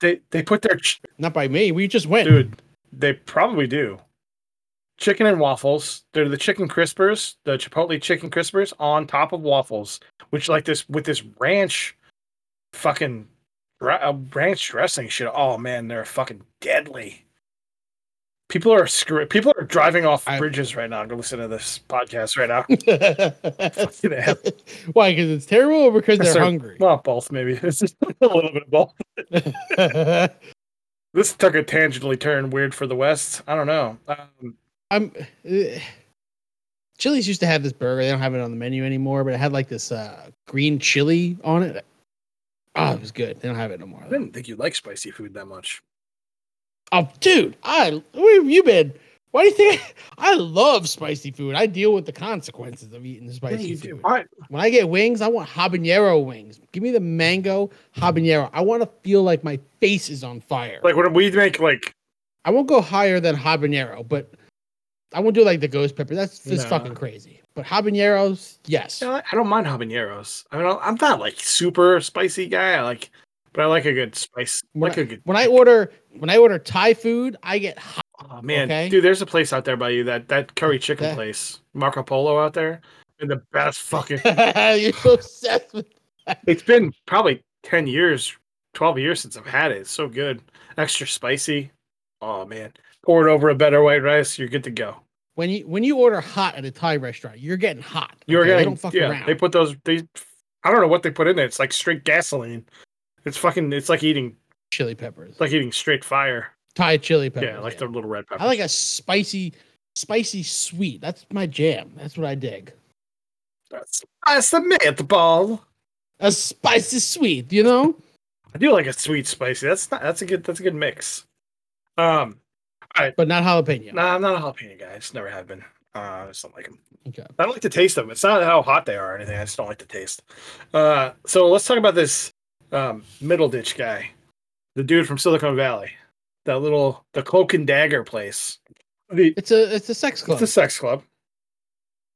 [SPEAKER 1] They they put their ch-
[SPEAKER 2] not by me. We just went.
[SPEAKER 1] dude. They probably do. Chicken and waffles. They're the chicken crispers, the chipotle chicken crispers on top of waffles, which like this with this ranch, fucking dra- uh, ranch dressing shit. Oh man, they're fucking deadly. People are screw. People are driving off
[SPEAKER 2] I-
[SPEAKER 1] bridges right now. Go listen to this podcast right now. Fucking hell.
[SPEAKER 2] Why? Because it's terrible or because
[SPEAKER 1] Yes,
[SPEAKER 2] they're
[SPEAKER 1] sir.
[SPEAKER 2] hungry?
[SPEAKER 1] Well, both maybe. It's just a little bit of both. This took a tangentially turn weird for the West. I don't know. Um,
[SPEAKER 2] I'm. Uh, Chili's used to have this burger. They don't have it on the menu anymore, but it had like this uh, green chili on it. Oh, it was good. They don't have it no more.
[SPEAKER 1] I didn't think you like spicy food that much.
[SPEAKER 2] Oh, dude, I where have you been? Why do you think I love spicy food? I deal with the consequences of eating spicy food.
[SPEAKER 1] I,
[SPEAKER 2] When I get wings, I want habanero wings. Give me the mango habanero. I want to feel like my face is on fire.
[SPEAKER 1] like when we make like
[SPEAKER 2] I won't go higher than habanero, but I won't do like the ghost pepper. That's just
[SPEAKER 1] No.
[SPEAKER 2] fucking crazy. But habaneros, yes.
[SPEAKER 1] You know, I don't mind habaneros. I mean, I'm not like super spicy guy. I like, but I like a good spice.
[SPEAKER 2] When
[SPEAKER 1] like a good.
[SPEAKER 2] When I order when I order Thai food, I get hot.
[SPEAKER 1] oh, man,
[SPEAKER 2] okay.
[SPEAKER 1] dude, there's a place out there by you that that curry chicken
[SPEAKER 2] That-
[SPEAKER 1] place, Marco Polo out there, and the best fucking.
[SPEAKER 2] You're so obsessed with
[SPEAKER 1] it's been probably ten years, twelve years since I've had it. It's so good, extra spicy. Oh man, pour it over a better white rice. You're good to go.
[SPEAKER 2] when you when you order hot at a Thai restaurant, you're getting hot.
[SPEAKER 1] You're
[SPEAKER 2] okay?
[SPEAKER 1] getting
[SPEAKER 2] they don't fuck
[SPEAKER 1] yeah.
[SPEAKER 2] around.
[SPEAKER 1] They put those. They, I don't know what they put in there. It's like straight gasoline. It's fucking. It's like eating
[SPEAKER 2] chili peppers.
[SPEAKER 1] It's like eating straight fire.
[SPEAKER 2] Thai chili peppers.
[SPEAKER 1] yeah, like the little red pepper.
[SPEAKER 2] I like a spicy, spicy sweet. That's my jam. That's what I dig.
[SPEAKER 1] That's, that's the meatball.
[SPEAKER 2] A spicy sweet, you know?
[SPEAKER 1] I do like a sweet spicy. That's not, that's a good that's a good mix. Um,
[SPEAKER 2] But not jalapeno.
[SPEAKER 1] no, I'm not a jalapeno guy. I just never have been. Uh, I just don't like them.
[SPEAKER 2] Okay.
[SPEAKER 1] I don't like the taste of them. It's not how hot they are or anything. I just don't like the taste. Uh, so let's talk about this um, middle ditch guy, the dude from Silicon Valley, that little the cloak and dagger place. The
[SPEAKER 2] It's a it's a sex club.
[SPEAKER 1] it's a sex club.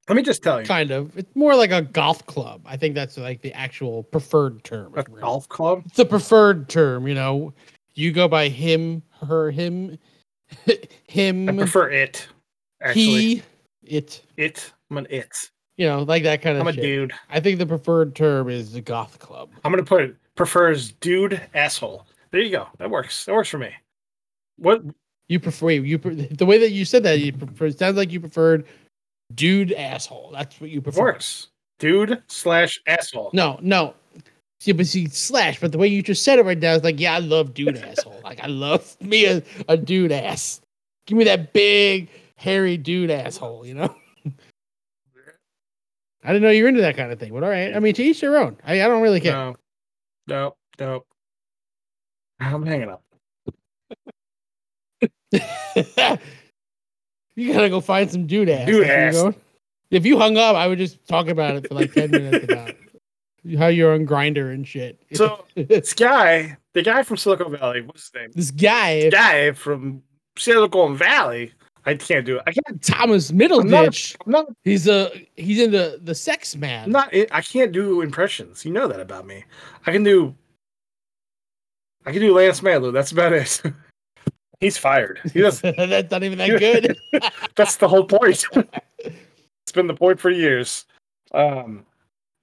[SPEAKER 1] Let me just tell you,
[SPEAKER 2] kind of. It's more like a golf club. I think that's like the actual preferred term.
[SPEAKER 1] a
[SPEAKER 2] if we're-
[SPEAKER 1] golf club.
[SPEAKER 2] It's the preferred term, you know. You go by him, her, him, him,
[SPEAKER 1] I prefer it. Actually,
[SPEAKER 2] he, it.
[SPEAKER 1] it. I'm an it.
[SPEAKER 2] You know, like that kind of
[SPEAKER 1] I'm a
[SPEAKER 2] shit.
[SPEAKER 1] dude.
[SPEAKER 2] I think the preferred term is the goth club.
[SPEAKER 1] I'm gonna put it prefers dude asshole. There you go. That works. That works for me. What
[SPEAKER 2] You prefer wait, you pre- the way that you said that. You prefer it sounds like you preferred dude asshole. That's what you prefer.
[SPEAKER 1] works? Dude slash asshole.
[SPEAKER 2] No, no. See, but see, slash. But the way you just said it right now is like, yeah, I love dude asshole. Like I love me a, a dude ass. Give me that big hairy dude asshole. You know. I didn't know you were into that kind of thing, but all right. I mean, to each their own. I, I don't really care.
[SPEAKER 1] No. Nope. Nope. I'm hanging up.
[SPEAKER 2] you gotta go find some dude ass.
[SPEAKER 1] Dude
[SPEAKER 2] That's where you're
[SPEAKER 1] ass.
[SPEAKER 2] going? If you hung up, I would just talk about it for like ten minutes about how you're on grinder and shit.
[SPEAKER 1] So this guy, the guy from Silicon Valley, what's his name?
[SPEAKER 2] this guy,
[SPEAKER 1] Guy from Silicon Valley. I can't do it. I can't.
[SPEAKER 2] Thomas
[SPEAKER 1] I'm not,
[SPEAKER 2] Middleditch,
[SPEAKER 1] I'm not.
[SPEAKER 2] he's a he's into the sex man.
[SPEAKER 1] I'm not. I can't do impressions. You know that about me. I can do. I can do Lance Madlow. That's about it. He's fired. He does.
[SPEAKER 2] That's not even that good.
[SPEAKER 1] That's the whole point. it's been the point for years. Um,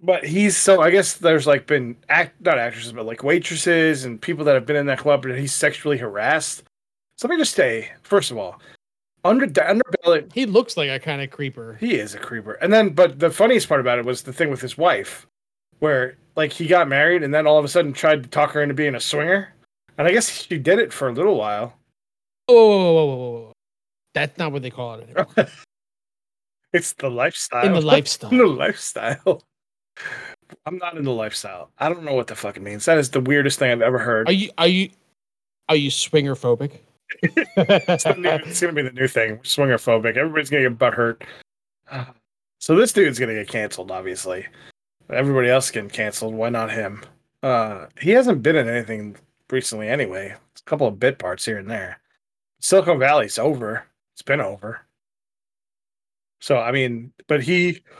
[SPEAKER 1] but he's so I guess there's like been act not actresses but like waitresses and people that have been in that club that he's sexually harassed. So let me just say, first of all, under underbelly
[SPEAKER 2] he looks like a kind of creeper.
[SPEAKER 1] he is a creeper. And then but the funniest part about it was the thing with his wife, where like he got married and then all of a sudden tried to talk her into being a swinger. And I guess she did it for a little while.
[SPEAKER 2] Whoa, whoa, whoa, whoa, whoa, whoa, whoa. That's not what they call it anymore.
[SPEAKER 1] It's the lifestyle.
[SPEAKER 2] In the lifestyle.
[SPEAKER 1] in the lifestyle. I'm not in the lifestyle. I don't know what the fuck it means. That is the weirdest thing I've ever heard.
[SPEAKER 2] Are you are you are you swinger phobic?
[SPEAKER 1] It's, the new- it's gonna be the new thing. Swinger phobic. Everybody's gonna get butthurt. So this dude's gonna get canceled, obviously. Everybody else getting canceled. Why not him? Uh, he hasn't been in anything recently, anyway. It's a couple of bit parts here and there. Silicon Valley's over. It's been over. So I mean, but he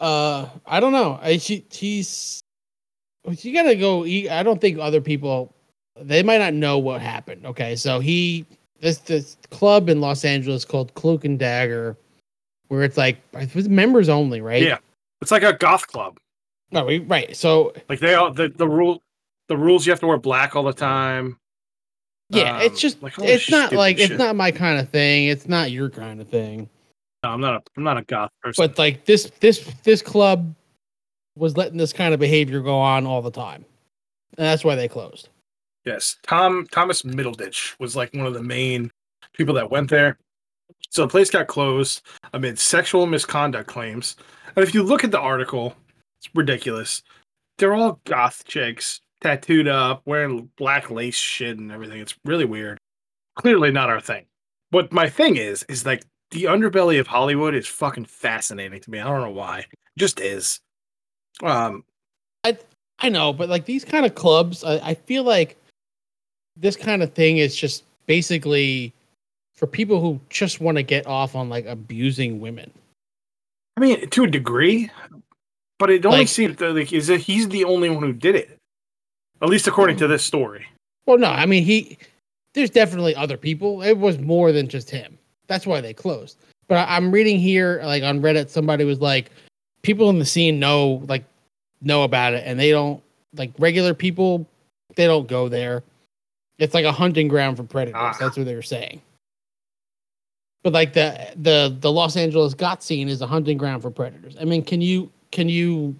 [SPEAKER 2] Uh, I don't know. I she, he's you gotta go. He, I don't think other people they might not know what happened. Okay, so he this this club in Los Angeles called Cloak and Dagger, where it's like it was members only, right?
[SPEAKER 1] Yeah. it's like a goth club.
[SPEAKER 2] No, we, right. So
[SPEAKER 1] Like they all the, the rule the rules you have to wear black all the time.
[SPEAKER 2] yeah,
[SPEAKER 1] Um,
[SPEAKER 2] it's just
[SPEAKER 1] like, all this
[SPEAKER 2] it's not
[SPEAKER 1] stupid
[SPEAKER 2] like
[SPEAKER 1] shit.
[SPEAKER 2] it's not my kind of thing. It's not your kind of thing.
[SPEAKER 1] No, I'm not a I'm not a goth person.
[SPEAKER 2] but like this this this club was letting this kind of behavior go on all the time and that's why they closed
[SPEAKER 1] yes, Tom Thomas Middleditch was like one of the main people that went there. So the place got closed amid sexual misconduct claims. And if you look at the article, it's ridiculous. They're all goth chicks, tattooed up, wearing black lace shit and everything. It's really weird. Clearly not our thing. What my thing is is like the underbelly of Hollywood is fucking fascinating to me. I don't know why. It just is. Um
[SPEAKER 2] i know but like these kind of clubs i, I feel like this kind of thing is just basically for people who just want to get off on like abusing women
[SPEAKER 1] I mean, to a degree, but it only
[SPEAKER 2] Like-
[SPEAKER 1] seems that, like is it he's the only one who did it, at least according to this story.
[SPEAKER 2] well no i mean he there's definitely other people it was more than just him that's why they closed but I, i'm reading here like on reddit somebody was like people in the scene know like know about it and they don't like regular people they don't go there it's like a hunting ground for predators
[SPEAKER 1] Ah.
[SPEAKER 2] that's what they were saying but like the the the los angeles got scene is a hunting ground for predators i mean can you can you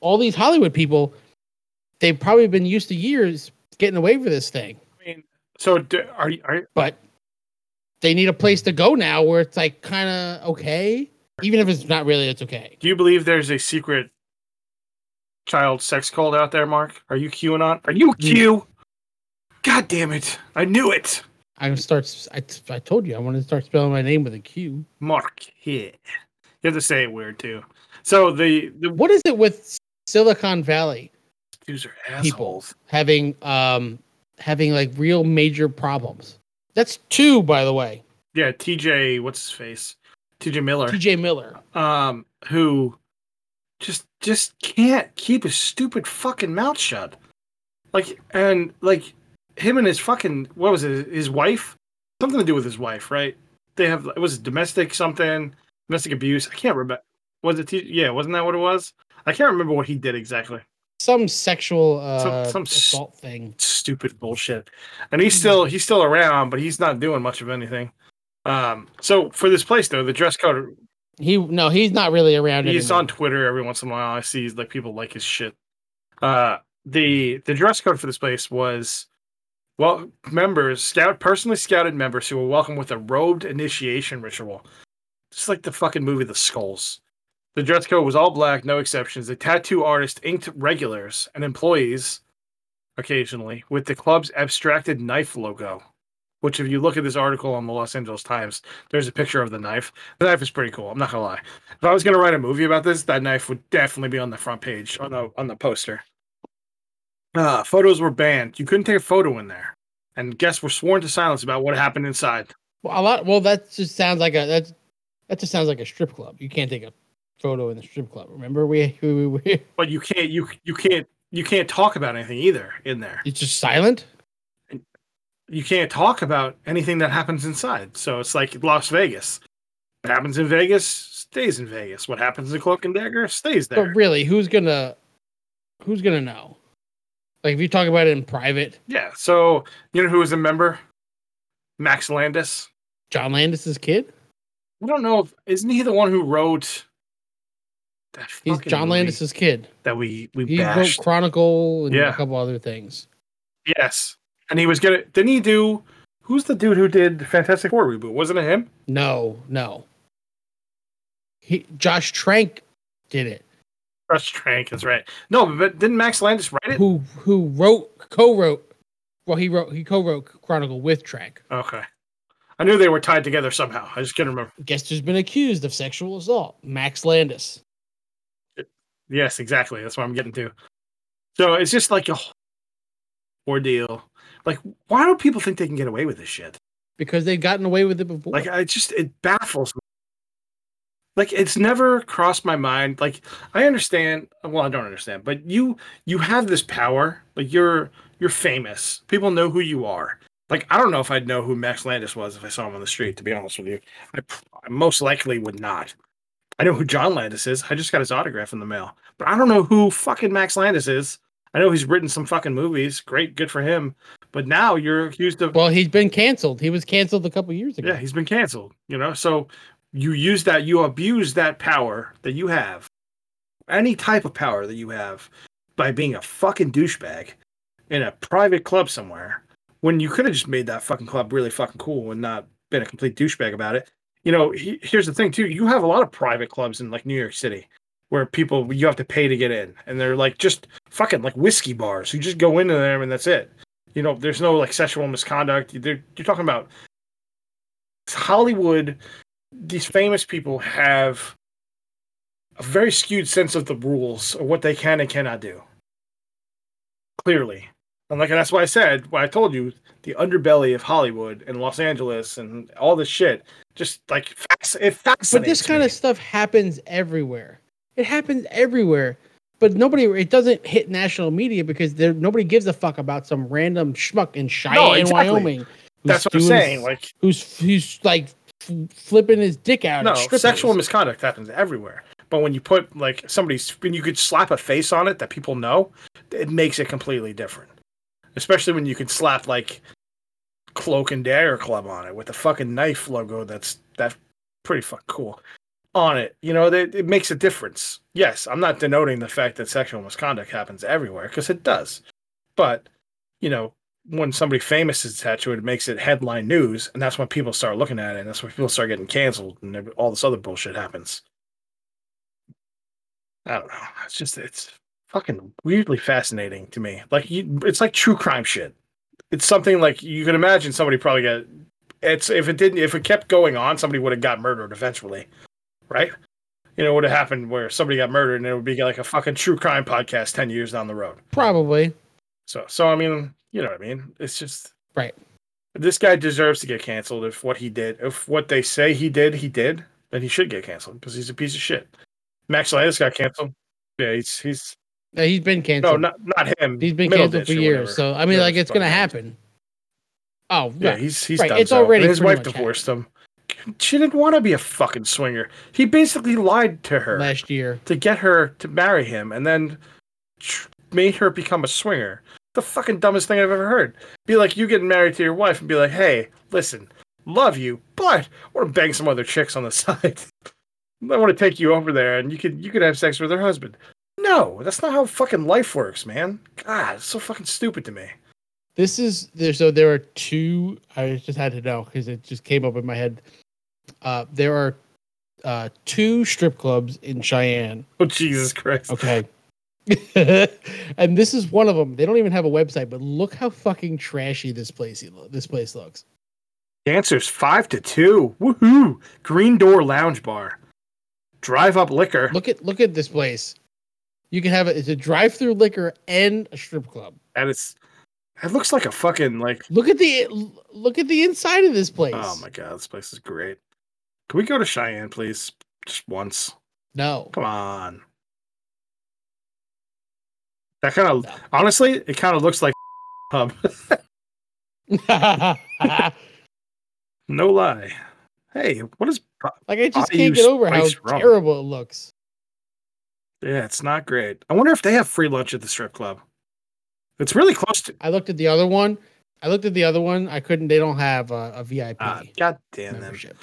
[SPEAKER 2] all these hollywood people they've probably been used to years getting away for this thing.
[SPEAKER 1] I mean, so do, are you? Are, you-
[SPEAKER 2] But they need a place to go now where it's like kind of okay, even if it's not really. It's okay.
[SPEAKER 1] do you believe there's a secret child sex cult out there, Mark? Are you QAnon? Are
[SPEAKER 2] Mm.
[SPEAKER 1] you Q? God damn it! I knew it,
[SPEAKER 2] I can start. s- I, t- I told you I wanted to start spelling my name with a Q.
[SPEAKER 1] Mark. Yeah, you have to say it weird too. So the the
[SPEAKER 2] What is it with Silicon Valley?
[SPEAKER 1] dudes are
[SPEAKER 2] people
[SPEAKER 1] assholes.
[SPEAKER 2] having um having like real major problems. That's two, by the way.
[SPEAKER 1] Yeah, TJ, what's his face? TJ Miller.
[SPEAKER 2] TJ Miller.
[SPEAKER 1] um, who just just can't keep his stupid fucking mouth shut. Like and like him and his fucking what was it? His wife, something to do with his wife, right? They have it was domestic something, domestic abuse. I can't remember. Was it? T- yeah, wasn't that what it was? I can't remember what he did exactly.
[SPEAKER 2] Some sexual uh,
[SPEAKER 1] some s-
[SPEAKER 2] assault thing.
[SPEAKER 1] Stupid bullshit. And he's still he's still around, but he's not doing much of anything. Um, so for this place though, the dress code
[SPEAKER 2] He no, he's not really around.
[SPEAKER 1] he's
[SPEAKER 2] anymore.
[SPEAKER 1] on Twitter every once in a while. I see like people like his shit. Uh, the the dress code for this place was well members scout personally scouted members who were welcome with a robed initiation ritual, just like the fucking movie The Skulls. The dress code was all black, no exceptions. The tattoo artist inked regulars and employees occasionally with the club's abstracted knife logo. Which, if you look at this article on the Los Angeles Times, there's a picture of the knife. The knife is pretty cool. I'm not gonna lie. If I was gonna write a movie about this, that knife would definitely be on the front page on the on the poster. Uh, photos were banned. You couldn't take a photo in there, and guests were sworn to silence about what happened inside.
[SPEAKER 2] Well, a lot. Well, that just sounds like a that. That just sounds like a strip club. You can't take a photo in the strip club. Remember, we we, we, we
[SPEAKER 1] But you can't you you can't you can't talk about anything either in there.
[SPEAKER 2] it's just silent.
[SPEAKER 1] You can't talk about anything that happens inside. So it's like Las Vegas. What happens in Vegas stays in Vegas. What happens in Cloak and Dagger stays there.
[SPEAKER 2] But really, who's gonna who's gonna know? Like if you talk about it in private,
[SPEAKER 1] Yeah. So you know who was a member? Max Landis.
[SPEAKER 2] John Landis's kid.
[SPEAKER 1] I don't know if isn't he the one who wrote that
[SPEAKER 2] He's
[SPEAKER 1] fucking
[SPEAKER 2] John
[SPEAKER 1] movie
[SPEAKER 2] Landis's kid.
[SPEAKER 1] that we we
[SPEAKER 2] He
[SPEAKER 1] bashed.
[SPEAKER 2] wrote Chronicle and
[SPEAKER 1] Yeah.
[SPEAKER 2] a couple other things.
[SPEAKER 1] Yes, and he was gonna didn't he do? Who's the dude who did the Fantastic Four reboot? Wasn't it him?
[SPEAKER 2] No, no. He Josh Trank did it.
[SPEAKER 1] Rush Trank, that's right. No, but didn't Max Landis write it?
[SPEAKER 2] Who who wrote co-wrote? Well, he wrote he co-wrote Chronicle with Trank.
[SPEAKER 1] Okay, I knew they were tied together somehow. I just couldn't remember.
[SPEAKER 2] Guess who's been accused of sexual assault? Max Landis.
[SPEAKER 1] Yes, exactly. That's what I'm getting to. So it's just like a whole ordeal. Like, why do people think they can get away with this shit?
[SPEAKER 2] Because they've gotten away with it before.
[SPEAKER 1] Like I just it baffles me. Like it's never crossed my mind. Like I understand, well I don't understand, but you you have this power. Like you're you're famous. People know who you are. Like I don't know if I'd know who Max Landis was if I saw him on the street. To be honest with you, I, pr- I most likely would not. I know who John Landis is. I just got his autograph in the mail, but I don't know who fucking Max Landis is. I know he's written some fucking movies. Great, good for him. But now you're accused of
[SPEAKER 2] well, he's been canceled. He was canceled a couple years ago.
[SPEAKER 1] yeah, he's been canceled. You know, so you use that, you abuse that power that you have, any type of power that you have, by being a fucking douchebag in a private club somewhere when you could have just made that fucking club really fucking cool and not been a complete douchebag about it. You know, he, here's the thing too: you have a lot of private clubs in like New York City where people you have to pay to get in, and they're like just fucking like whiskey bars. You just go into them and that's it. You know, there's no like sexual misconduct. They're, you're talking about Hollywood, these famous people have a very skewed sense of the rules of what they can and cannot do. Clearly. And like that's why I said, why I told you, the underbelly of Hollywood and Los Angeles and all this shit, just like fac- it fascinates.
[SPEAKER 2] but this kind
[SPEAKER 1] me.
[SPEAKER 2] of stuff happens everywhere. It happens everywhere, but nobody. It doesn't hit national media because there nobody gives a fuck about some random schmuck in Cheyenne,
[SPEAKER 1] exactly.
[SPEAKER 2] Wyoming. who's
[SPEAKER 1] that's what I'm
[SPEAKER 2] doing-
[SPEAKER 1] saying. Like
[SPEAKER 2] who's who's like f- flipping his dick out?
[SPEAKER 1] no
[SPEAKER 2] at strippers.
[SPEAKER 1] sexual misconduct happens everywhere but when you put like somebody's when you could slap a face on it that people know it makes it completely different especially when you could slap like cloak and dagger club on it with a fucking knife logo that's that's pretty fucking cool on it you know that it makes a difference yes i'm not denoting the fact that sexual misconduct happens everywhere because it does but you know, when somebody famous is attached to it, it makes it headline news, and that's when people start looking at it, and that's when people start getting canceled, and every- all this other bullshit happens. I don't know. It's just it's fucking weirdly fascinating to me. Like you, it's like true crime shit. It's something like you can imagine somebody probably got. It's if it didn't if it kept going on, somebody would have got murdered eventually, right? You know, would have happened where somebody got murdered, and it would be like a fucking true crime podcast ten years down the road.
[SPEAKER 2] Probably.
[SPEAKER 1] So, so I mean, you know what I mean. It's just
[SPEAKER 2] Right.
[SPEAKER 1] This guy deserves to get canceled if what he did, if what they say he did, he did, then he should get canceled because he's a piece of shit. Max Landis got canceled. Yeah, he's he's
[SPEAKER 2] No, he's been
[SPEAKER 1] no,
[SPEAKER 2] canceled.
[SPEAKER 1] not not him.
[SPEAKER 2] he's been
[SPEAKER 1] Middleditch
[SPEAKER 2] canceled for
[SPEAKER 1] or
[SPEAKER 2] years.
[SPEAKER 1] whatever.
[SPEAKER 2] So I mean,
[SPEAKER 1] Yeah,
[SPEAKER 2] like
[SPEAKER 1] he's
[SPEAKER 2] it's gonna
[SPEAKER 1] fucking
[SPEAKER 2] happen. Oh
[SPEAKER 1] Yeah,
[SPEAKER 2] yeah.
[SPEAKER 1] he's he's
[SPEAKER 2] Right,
[SPEAKER 1] done.
[SPEAKER 2] it's
[SPEAKER 1] so.
[SPEAKER 2] already
[SPEAKER 1] And his
[SPEAKER 2] pretty
[SPEAKER 1] wife
[SPEAKER 2] much happened.
[SPEAKER 1] divorced him. She didn't want to be a fucking swinger. He basically lied to her
[SPEAKER 2] last year.
[SPEAKER 1] to get her to marry him, and then tr- made her become a swinger. The fucking dumbest thing I've ever heard. Be like you getting married to your wife and be like, "Hey, listen, love you, but I want to bang some other chicks on the side. I want to take you over there, and you could you could have sex with her husband." No, that's not how fucking life works, man. God, it's so fucking stupid to me.
[SPEAKER 2] This is there. So there are two. I just had to know because it just came up in my head. Uh, there are uh, two strip clubs in Cheyenne.
[SPEAKER 1] Oh Jesus Christ!
[SPEAKER 2] Okay. and this is one of them. They don't even have a website, but look how fucking trashy this place this place looks.
[SPEAKER 1] Dancers five to two. Woohoo! Green Door Lounge Bar. Drive up liquor.
[SPEAKER 2] Look at look at this place. You can have it. It's a drive-through liquor and a strip club.
[SPEAKER 1] That is. That looks like a fucking like.
[SPEAKER 2] Look at the look at the inside of this place.
[SPEAKER 1] Oh my god, this place is great. Can we go to Cheyenne, please? Just once.
[SPEAKER 2] No.
[SPEAKER 1] Come on. That kind of
[SPEAKER 2] No.
[SPEAKER 1] honestly, it kind of looks like hub.
[SPEAKER 2] like
[SPEAKER 1] no lie. Hey, what is?
[SPEAKER 2] I just
[SPEAKER 1] I
[SPEAKER 2] can't
[SPEAKER 1] use
[SPEAKER 2] get over how
[SPEAKER 1] spice rum.
[SPEAKER 2] terrible it looks.
[SPEAKER 1] Yeah, it's not great. I wonder if they have free lunch at the strip club. It's really close to.
[SPEAKER 2] I looked at the other one. I looked at the other one. I couldn't. They don't have a, a VIP
[SPEAKER 1] Ah, god damn them.
[SPEAKER 2] membership.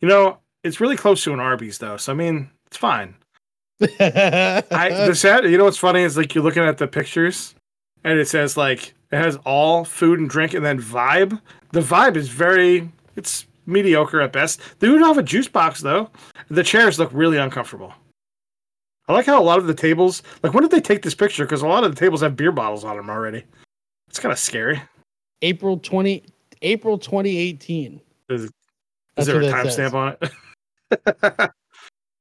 [SPEAKER 1] You know, it's really close to an Arby's though, so I mean, it's fine. I the sad, you know what's funny is like you're looking at the pictures, and it says like it has all food and drink, and then vibe. The vibe is very it's mediocre at best. They don't have a juice box though. The chairs look really uncomfortable. I like how a lot of the tables, like when did they take this picture? Because a lot of the tables have beer bottles on them already. It's kind of scary.
[SPEAKER 2] April twenty April twenty eighteen.
[SPEAKER 1] Is, is
[SPEAKER 2] That's
[SPEAKER 1] there a
[SPEAKER 2] what that
[SPEAKER 1] timestamp on
[SPEAKER 2] says.
[SPEAKER 1] it?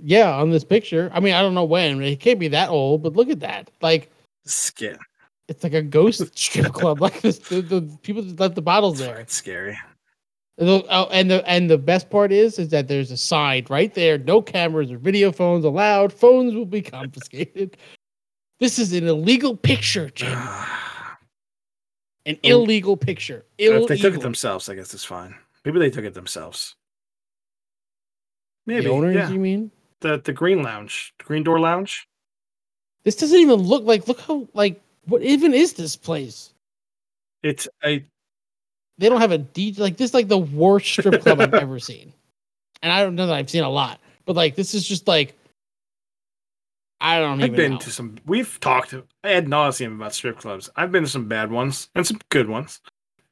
[SPEAKER 2] Yeah, on this picture. I mean, I don't know when. It can't be that old, but look at that. Like
[SPEAKER 1] Skin.
[SPEAKER 2] it's like a ghost strip club. Like this, the, the people just left the bottles there.
[SPEAKER 1] It's scary.
[SPEAKER 2] And the, oh, and the and the best part is is that there's a sign right there. No cameras or video phones allowed. Phones will be confiscated. This is an illegal picture, Jim. An illegal picture.
[SPEAKER 1] Oh. If
[SPEAKER 2] Illegal.
[SPEAKER 1] they took it themselves, I guess it's fine. Maybe they took it themselves. Maybe
[SPEAKER 2] the owners,
[SPEAKER 1] yeah.
[SPEAKER 2] you mean?
[SPEAKER 1] the the Green Lounge, Green Door Lounge.
[SPEAKER 2] This doesn't even look like. Look how like what even is this place?
[SPEAKER 1] It's a
[SPEAKER 2] They don't have a DJ. Like this, is like the worst strip club I've ever seen. And I don't know that I've seen a lot, but like this is just like I don't
[SPEAKER 1] I've
[SPEAKER 2] even
[SPEAKER 1] been
[SPEAKER 2] know.
[SPEAKER 1] to some. We've talked ad nauseum about strip clubs. I've been to some bad ones and some good ones,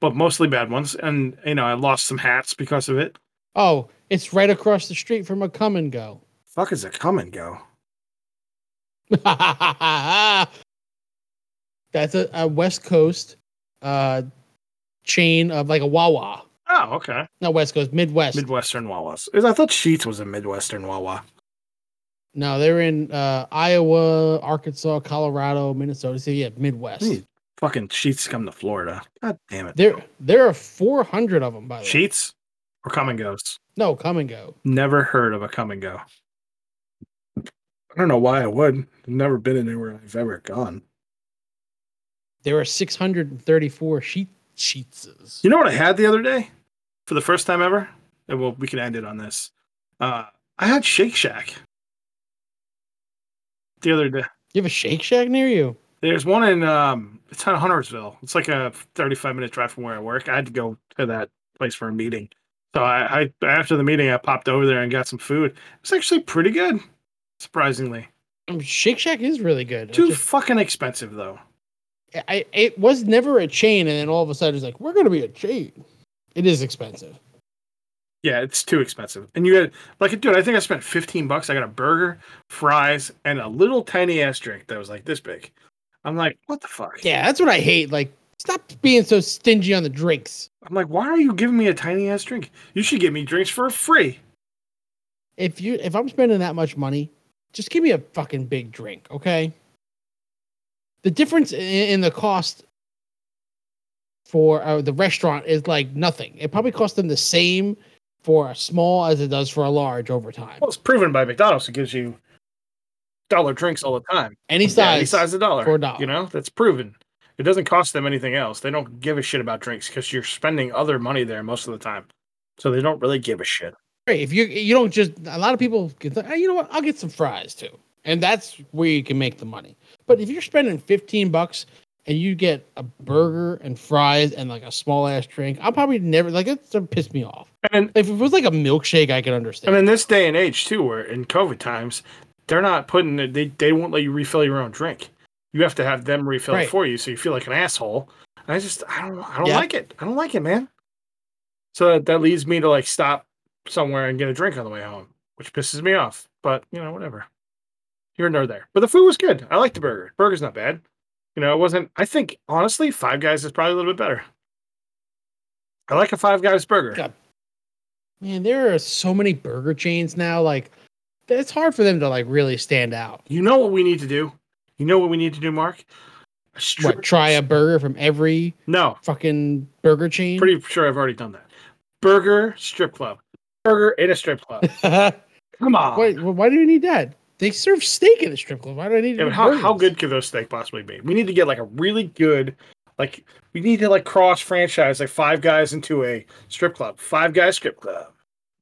[SPEAKER 1] but mostly bad ones. And you know, I lost some hats because of it.
[SPEAKER 2] oh, it's right across the street from a come and go.
[SPEAKER 1] Fuck is a come and go.
[SPEAKER 2] That's a, a West Coast uh, chain of like a Wawa.
[SPEAKER 1] Oh, okay.
[SPEAKER 2] Not West Coast, Midwest.
[SPEAKER 1] Midwestern Wawas. I thought Sheets was a Midwestern Wawa.
[SPEAKER 2] no, they're in uh, Iowa, Arkansas, Colorado, Minnesota. So yeah, Midwest.
[SPEAKER 1] Hmm. Fucking Sheets come to Florida. God damn it.
[SPEAKER 2] There, there are 400 of them, by the way.
[SPEAKER 1] Sheets or come and goes.
[SPEAKER 2] No, come and go.
[SPEAKER 1] Never heard of a come and go. I don't know why I would. I've never been anywhere I've ever gone.
[SPEAKER 2] There are 634 sheet sheetses.
[SPEAKER 1] You know what I had the other day for the first time ever? And well, we can end it on this. Uh, I had Shake Shack the other day.
[SPEAKER 2] You have a Shake Shack near you?
[SPEAKER 1] There's one in um, it's on Huntersville. It's like a 35 minute drive from where I work. I had to go to that place for a meeting, so I, I after the meeting I popped over there and got some food. It was actually pretty good, surprisingly.
[SPEAKER 2] Um, Shake Shack is really good. It's
[SPEAKER 1] Too
[SPEAKER 2] just-
[SPEAKER 1] fucking expensive though.
[SPEAKER 2] I it was never a chain, and then all of a sudden it's like we're gonna be a chain. It is expensive.
[SPEAKER 1] Yeah, it's too expensive. And you had like, dude, I think I spent fifteen bucks. I got a burger, fries, and a little tiny ass drink that was like this big. I'm like, what the fuck?
[SPEAKER 2] Yeah, that's what I hate. Like, stop being so stingy on the drinks.
[SPEAKER 1] I'm like, why are you giving me a tiny ass drink? You should give me drinks for free.
[SPEAKER 2] If you if I'm spending that much money, just give me a fucking big drink, okay? The difference in, in the cost for uh, the restaurant is like nothing. It probably costs them the same for a small as it does for a large over time.
[SPEAKER 1] Well, it's proven by McDonald's. It gives you dollar drinks all the time.
[SPEAKER 2] Any
[SPEAKER 1] Yeah, any
[SPEAKER 2] size,
[SPEAKER 1] size a dollar.
[SPEAKER 2] for a dollar.
[SPEAKER 1] You know, that's proven. It doesn't cost them anything else. They don't give a shit about drinks because you're spending other money there most of the time. So they don't really give a shit.
[SPEAKER 2] Right, if you you don't just a lot of people can think, "Hey, you know what i'll get some fries too and that's where you can make the money but if you're spending 15 bucks and you get a burger and fries and like a small ass drink i'll probably never like it's gonna piss me off
[SPEAKER 1] And
[SPEAKER 2] if it was like a milkshake i could understand
[SPEAKER 1] And in this day and age, too, where in COVID times, they're not putting it- they they won't let you refill your own drink. You have to have them refill
[SPEAKER 2] Right.
[SPEAKER 1] it for you, so you feel like an asshole. And I just I don't I don't
[SPEAKER 2] Yeah.
[SPEAKER 1] like it. I don't like it, man. So that, that leads me to like stop somewhere and get a drink on the way home, which pisses me off. But you know, whatever. Here nor there. But the food was good. I liked the burger. Burger's not bad. You know, it wasn't I think honestly, five guys is probably a little bit better. I like a five guys burger.
[SPEAKER 2] God. man there are so many burger chains now like it's hard for them to like really stand out
[SPEAKER 1] You know what we need to do? You know what we need to do, Mark? A strip-
[SPEAKER 2] what try a burger from every
[SPEAKER 1] No,
[SPEAKER 2] fucking burger chain
[SPEAKER 1] pretty sure I've already done that. Burger strip club. Burger in a strip club.
[SPEAKER 2] why,
[SPEAKER 1] Come on.
[SPEAKER 2] well, why do you need that they serve steak in the strip club why do i need to
[SPEAKER 1] Yeah, but
[SPEAKER 2] do
[SPEAKER 1] how, how
[SPEAKER 2] burgers?
[SPEAKER 1] good could those steak possibly be? We need to get like a really good, like we need to like cross franchise like Five Guys into a strip club. Five Guys strip club.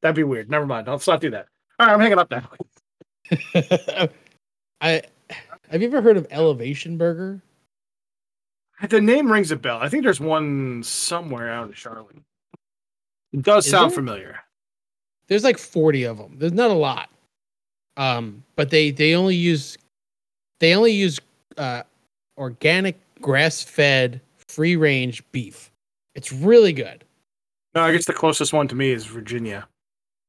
[SPEAKER 1] That'd be weird. Never mind. Let's not do that. All right, I'm hanging up now.
[SPEAKER 2] I have you ever heard of Elevation Burger?
[SPEAKER 1] The name rings a bell. I think there's one somewhere out in Charlotte. It does
[SPEAKER 2] Is
[SPEAKER 1] sound
[SPEAKER 2] there?
[SPEAKER 1] familiar.
[SPEAKER 2] There's like 40 of them. There's not a lot. Um, but they they only use they only use uh, organic grass fed free range beef. It's really good.
[SPEAKER 1] No, I guess the closest one to me is Virginia.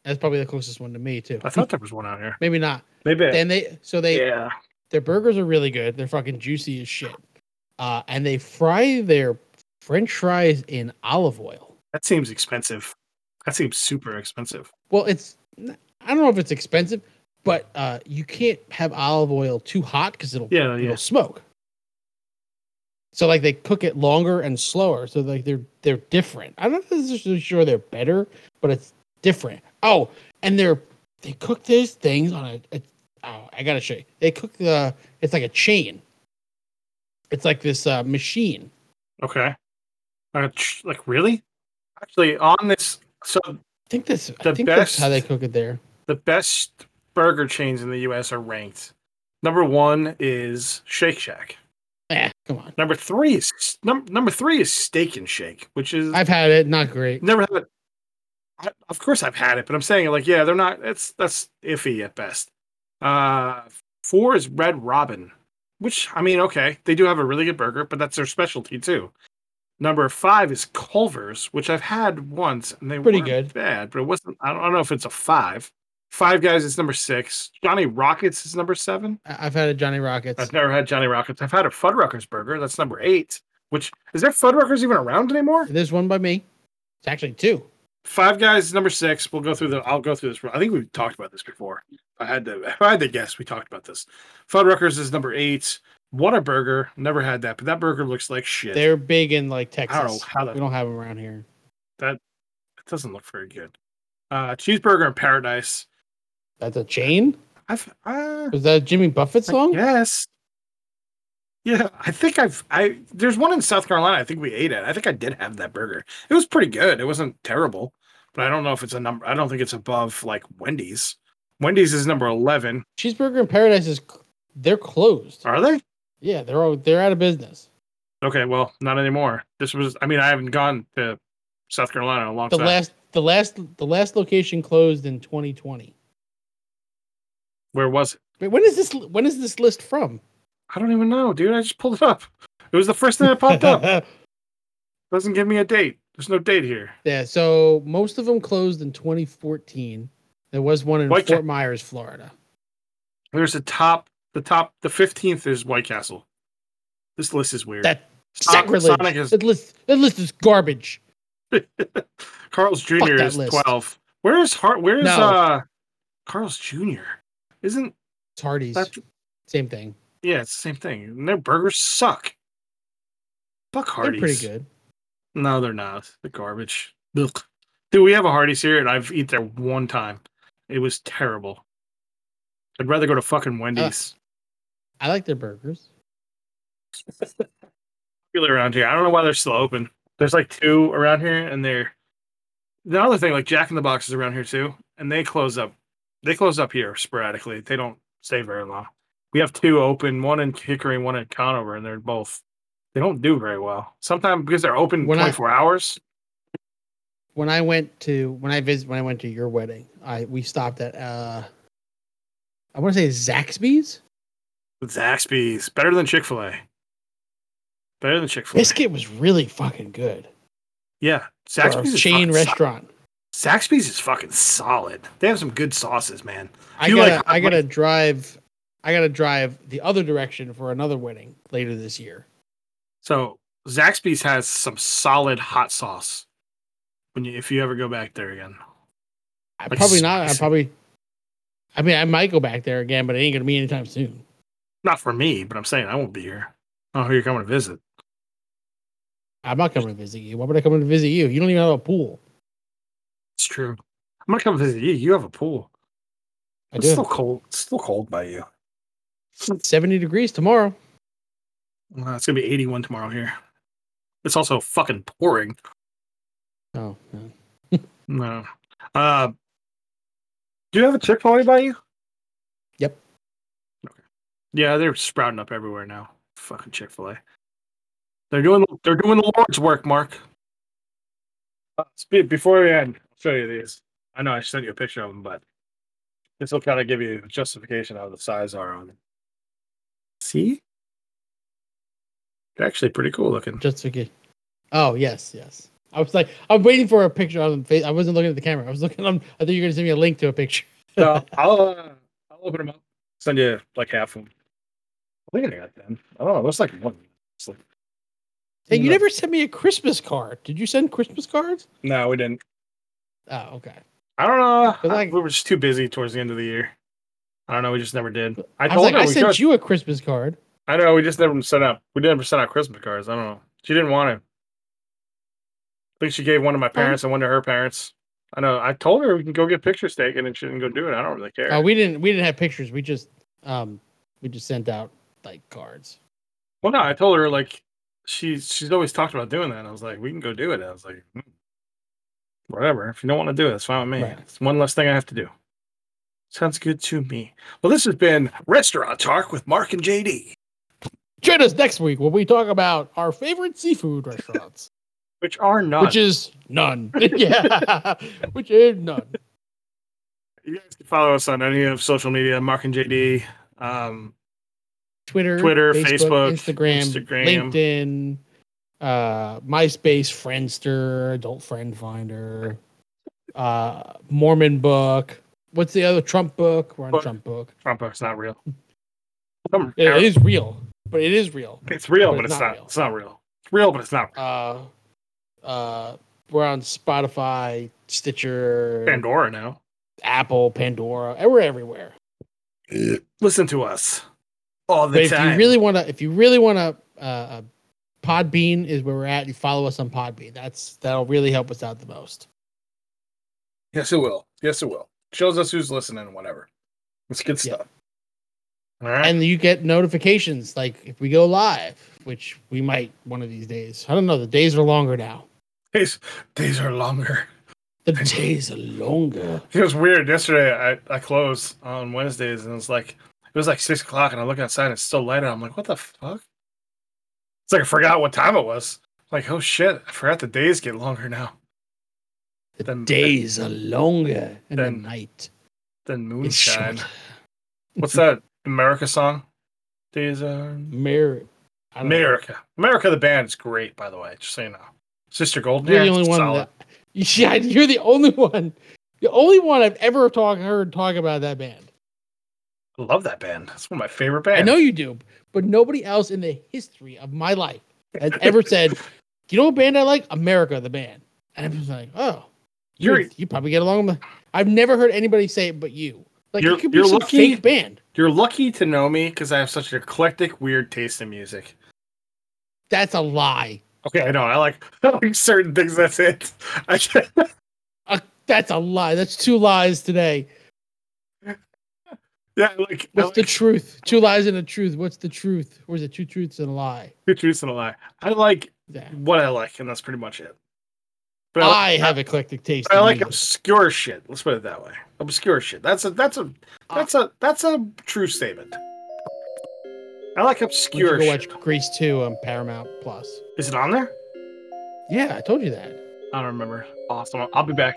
[SPEAKER 2] That's probably the closest one to me too.
[SPEAKER 1] I thought there was one out here.
[SPEAKER 2] Maybe not.
[SPEAKER 1] Maybe.
[SPEAKER 2] And they so they
[SPEAKER 1] yeah.
[SPEAKER 2] their burgers are really good. They're fucking juicy as shit. Uh, and they fry their French fries in olive oil.
[SPEAKER 1] That seems expensive. That seems super expensive.
[SPEAKER 2] Well, it's I don't know if it's expensive, but uh, you can't have olive oil too hot because it'll
[SPEAKER 1] Yeah,
[SPEAKER 2] it'll
[SPEAKER 1] yeah.
[SPEAKER 2] smoke. So like they cook it longer and slower, so like they're they're different. I'm not necessarily sure they're better, but it's different. Oh, and they're they cook these things on a, a oh I gotta show you. They cook the it's like a chain. It's like this uh, machine.
[SPEAKER 1] Okay. Uh, tch, like really? Actually, on this, so
[SPEAKER 2] I think this I
[SPEAKER 1] The
[SPEAKER 2] think that's how they
[SPEAKER 1] best-
[SPEAKER 2] cook it there.
[SPEAKER 1] the best burger chains in the U.S. are ranked. Number one is Shake Shack.
[SPEAKER 2] Yeah, Eh, come on.
[SPEAKER 1] Number three is num- number three is Steak and Shake, which is
[SPEAKER 2] I've had it, not great.
[SPEAKER 1] never had it. I, of course, I've had it, but I'm saying like, yeah, they're not. That's that's iffy at best. Uh, four is Red Robin, which I mean, okay, they do have a really good burger, but that's their specialty too. Number five is Culver's, which I've had once, and they
[SPEAKER 2] Pretty
[SPEAKER 1] weren't
[SPEAKER 2] good.
[SPEAKER 1] bad, but it wasn't. I don't, I don't know if it's a five. Five Guys is number six. Johnny Rockets is number seven.
[SPEAKER 2] I- I've had a Johnny Rockets.
[SPEAKER 1] I've never had Johnny Rockets. I've had a Fuddruckers burger. That's number eight. Which is there Fuddruckers even around anymore?
[SPEAKER 2] There's one by me. It's actually two.
[SPEAKER 1] Five Guys is number six. We'll go through the. I'll go through this. I think we've talked about this before. If I had to. If I had to guess, we talked about this. Fuddruckers is number eight. Whataburger. Never had that, but that burger looks like shit.
[SPEAKER 2] They're big in like
[SPEAKER 1] I don't know
[SPEAKER 2] Texas.
[SPEAKER 1] how that.
[SPEAKER 2] We don't have them around here.
[SPEAKER 1] It doesn't look very good. Uh, cheeseburger in Paradise.
[SPEAKER 2] That's a chain.
[SPEAKER 1] I've. Uh,
[SPEAKER 2] Was that a Jimmy Buffett song?
[SPEAKER 1] Yes. Yeah, I think I've. I there's one in South Carolina. I think we ate it. I think I did have that burger. It was pretty good. It wasn't terrible, but I don't know if it's a number. I don't think it's above like Wendy's. Wendy's is number eleven.
[SPEAKER 2] Cheeseburger in Paradise is c- they're closed.
[SPEAKER 1] Are they?
[SPEAKER 2] Yeah, they're all they're out of business.
[SPEAKER 1] Okay, well, not anymore. This was I mean, I haven't gone to South Carolina in a long
[SPEAKER 2] The
[SPEAKER 1] time.
[SPEAKER 2] last the last the last location closed in 2020.
[SPEAKER 1] Where was it?
[SPEAKER 2] Wait, when is this when is this list from?
[SPEAKER 1] I don't even know, dude. I just pulled it up. It was the first thing that popped up. Doesn't give me a date. There's no date here.
[SPEAKER 2] yeah, so most of them closed in 2014. There was one in
[SPEAKER 1] White Ca-
[SPEAKER 2] Fort Myers, Florida.
[SPEAKER 1] There's a top. The top. The fifteenth is White Castle. This list is weird.
[SPEAKER 2] That
[SPEAKER 1] Son-
[SPEAKER 2] sacrilege.
[SPEAKER 1] Sonic is-
[SPEAKER 2] That list, that list is garbage.
[SPEAKER 1] Carl's Jr.
[SPEAKER 2] that
[SPEAKER 1] is
[SPEAKER 2] list.
[SPEAKER 1] twelve. Where's Hart? Where's
[SPEAKER 2] No.
[SPEAKER 1] uh? Carl's Jr. Isn't
[SPEAKER 2] It's Hardee's.
[SPEAKER 1] that?
[SPEAKER 2] Same thing.
[SPEAKER 1] Yeah, it's the same thing. And their burgers suck. Fuck Hardee's.
[SPEAKER 2] They're pretty good.
[SPEAKER 1] No, they're not. They're garbage. Ugh. Dude, we have a Hardee's here, and I've eaten there one time. It was terrible. I'd rather go to fucking Wendy's.
[SPEAKER 2] I like their burgers.
[SPEAKER 1] Popular around here. I don't know why they're still open. There's like two around here, and they're the other thing. Like Jack in the Box is around here too, and they close up. They close up here sporadically. They don't stay very long. We have two open, one in Hickory, one in Conover, and they're both. They don't do very well. Sometimes because they're open
[SPEAKER 2] When I-
[SPEAKER 1] 24 hours.
[SPEAKER 2] when I went to when I visit when I went to your wedding, I we stopped at uh I want to say Zaxby's.
[SPEAKER 1] Zaxby's better than Chick Fil A. Better than Chick Fil A.
[SPEAKER 2] Biscuit was really fucking good.
[SPEAKER 1] Yeah,
[SPEAKER 2] for a
[SPEAKER 1] Zaxby's is
[SPEAKER 2] chain
[SPEAKER 1] fucking
[SPEAKER 2] restaurant.
[SPEAKER 1] so- Zaxby's is fucking solid. They have some good sauces, man.
[SPEAKER 2] I
[SPEAKER 1] You
[SPEAKER 2] gotta
[SPEAKER 1] like-
[SPEAKER 2] I gotta drive I gotta drive the other direction for another wedding later this year.
[SPEAKER 1] So Zaxby's has some solid hot sauce. When you, if you ever go back there again,
[SPEAKER 2] I
[SPEAKER 1] Like
[SPEAKER 2] probably not. I
[SPEAKER 1] spicy.
[SPEAKER 2] probably. I mean, I might go back there again, but it ain't gonna be anytime soon.
[SPEAKER 1] not for me, but I'm saying I won't be here. Oh, who you're coming to visit?
[SPEAKER 2] I'm not coming to visit you. Why would I come to visit you? You don't even have a pool.
[SPEAKER 1] It's true. I'm gonna come visit you. You have a pool.
[SPEAKER 2] I
[SPEAKER 1] it's still
[SPEAKER 2] do.
[SPEAKER 1] cold. It's still cold by you.
[SPEAKER 2] Seventy degrees tomorrow.
[SPEAKER 1] Uh, it's gonna be 81 tomorrow here. It's also fucking pouring.
[SPEAKER 2] Oh, no.
[SPEAKER 1] No. Uh, do you have a Chick Fil A by you?
[SPEAKER 2] Yep.
[SPEAKER 1] Okay. Yeah, they're sprouting up everywhere now. Fucking Chick Fil A. They're doing they're doing the Lord's work, Mark. Uh, spe- before we end, I'll show you these. I know I sent you a picture of them, but this will kind of give you justification how the size are on them. See, they're actually pretty cool looking.
[SPEAKER 2] just to get. Oh yes, yes. I was like, I'm waiting for a picture on face. I wasn't looking at the camera. I was looking. On, I think you're gonna send me a link to a picture.
[SPEAKER 1] So I'll uh, I'll open them up. Send you like half of them. I think I got them. I don't know. Looks like one. It's like-
[SPEAKER 2] Hey, you
[SPEAKER 1] No.
[SPEAKER 2] never sent me a Christmas card. Did you send Christmas cards?
[SPEAKER 1] No, we didn't.
[SPEAKER 2] Oh, okay.
[SPEAKER 1] I don't know.
[SPEAKER 2] But,
[SPEAKER 1] I-
[SPEAKER 2] like-
[SPEAKER 1] we were just too busy towards the end of the year. I don't know. We just never did. I,
[SPEAKER 2] I, was
[SPEAKER 1] told
[SPEAKER 2] like,
[SPEAKER 1] her
[SPEAKER 2] I
[SPEAKER 1] we
[SPEAKER 2] sent
[SPEAKER 1] could.
[SPEAKER 2] you a Christmas card.
[SPEAKER 1] I know. We just never sent out. We didn't send out Christmas cards. I don't know. She didn't want it. I think she gave one to my parents and one to her parents. I know. I told her we can go get pictures taken and she didn't go do it. I don't really care.
[SPEAKER 2] Oh, we didn't. We didn't have pictures. We just, um, we just sent out like cards.
[SPEAKER 1] Well, no, I told her like she's she's always talked about doing that. And I was like, we can go do it. And I was like, "Hmm, whatever. If you don't want to do it, it's fine with me.
[SPEAKER 2] Right.
[SPEAKER 1] It's one less thing I have to do. Sounds good to me. Well, this has been Restaurant Talk with Mark and JD,
[SPEAKER 2] Join us next week when we talk about our favorite seafood restaurants,
[SPEAKER 1] which are not.
[SPEAKER 2] which is none. yeah, which is none.
[SPEAKER 1] you guys can follow us on any of social media, Mark and JD. Um,
[SPEAKER 2] Twitter,
[SPEAKER 1] Twitter, Facebook,
[SPEAKER 2] Instagram,
[SPEAKER 1] Instagram.
[SPEAKER 2] LinkedIn, uh, MySpace, Friendster, Adult Friend Finder, uh, Mormon Book. What's the other Trump book? We're on
[SPEAKER 1] Book.
[SPEAKER 2] Trump book.
[SPEAKER 1] Trump Book's not real. Some-
[SPEAKER 2] It is real, but it is real.
[SPEAKER 1] It's real, but it's not.
[SPEAKER 2] real.
[SPEAKER 1] It's not real. It's real, but it's not.
[SPEAKER 2] Uh, uh, we're on Spotify, Stitcher,
[SPEAKER 1] Pandora now.
[SPEAKER 2] Apple, Pandora. and We're everywhere.
[SPEAKER 1] Listen to us all the
[SPEAKER 2] But if
[SPEAKER 1] time.
[SPEAKER 2] you really want to, if you really want to, uh, uh, Podbean is where we're at. You follow us on Podbean. That's that'll really help us out the most.
[SPEAKER 1] Yes, it will. Yes, it will. Shows us who's listening and whatever. It's good
[SPEAKER 2] Yeah.
[SPEAKER 1] stuff. All right.
[SPEAKER 2] and you get notifications like if we go live, which we might one of these days. I don't know. The days are longer now.
[SPEAKER 1] days, days are longer.
[SPEAKER 2] The days are longer.
[SPEAKER 1] It was weird. Yesterday, I, I closed on Wednesdays and it's like, it was like six o'clock and I look outside and it's still light out. I'm like, what the fuck? It's like I forgot what time it was. Like, oh shit, I forgot the days get longer now
[SPEAKER 2] The
[SPEAKER 1] Then-
[SPEAKER 2] days are longer, and
[SPEAKER 1] Then
[SPEAKER 2] the night
[SPEAKER 1] than
[SPEAKER 2] is
[SPEAKER 1] moonshine.
[SPEAKER 2] short.
[SPEAKER 1] What's that America song? Days are
[SPEAKER 2] Mer- I don't know.
[SPEAKER 1] America. America the band is great, by the way, just so you know. Sister Golden
[SPEAKER 2] You're
[SPEAKER 1] Hair,
[SPEAKER 2] the only one
[SPEAKER 1] solid.
[SPEAKER 2] that. Yeah, you're the only one. The only one I've ever talk, heard talk about that band.
[SPEAKER 1] I love that band. That's one of my favorite bands.
[SPEAKER 2] I know you do, but nobody else in the history of my life has ever said, "You know what band I like? America, the band." And I'm just like, "Oh, you
[SPEAKER 1] you're
[SPEAKER 2] you probably get along with." I've never heard anybody say it but you. Like
[SPEAKER 1] You're-
[SPEAKER 2] it could be
[SPEAKER 1] you're
[SPEAKER 2] some
[SPEAKER 1] lucky-
[SPEAKER 2] fake band.
[SPEAKER 1] you're lucky to know me because I have such an eclectic, weird taste in music.
[SPEAKER 2] That's a lie.
[SPEAKER 1] Okay, I know. I like, I like certain things. That's it. I can't-
[SPEAKER 2] That's a lie. That's two lies today.
[SPEAKER 1] yeah, I like I
[SPEAKER 2] What's the
[SPEAKER 1] like
[SPEAKER 2] truth? Two lies and a truth. What's the truth? Or is it two truths and a lie?
[SPEAKER 1] two truths and a lie. I like
[SPEAKER 2] Yeah.
[SPEAKER 1] what I like, and that's pretty much it. But I, like-
[SPEAKER 2] I have eclectic taste.
[SPEAKER 1] I
[SPEAKER 2] in
[SPEAKER 1] like
[SPEAKER 2] music.
[SPEAKER 1] obscure shit. Let's put it that way. Obscure shit. That's a that's a
[SPEAKER 2] Ah.
[SPEAKER 1] that's a that's a true statement. I like
[SPEAKER 2] Why don't
[SPEAKER 1] obscure
[SPEAKER 2] you
[SPEAKER 1] shit.
[SPEAKER 2] Go watch Grease 2 on Paramount Plus.
[SPEAKER 1] Is it on there?
[SPEAKER 2] Yeah, I told you that.
[SPEAKER 1] I don't remember. Awesome. I'll be back.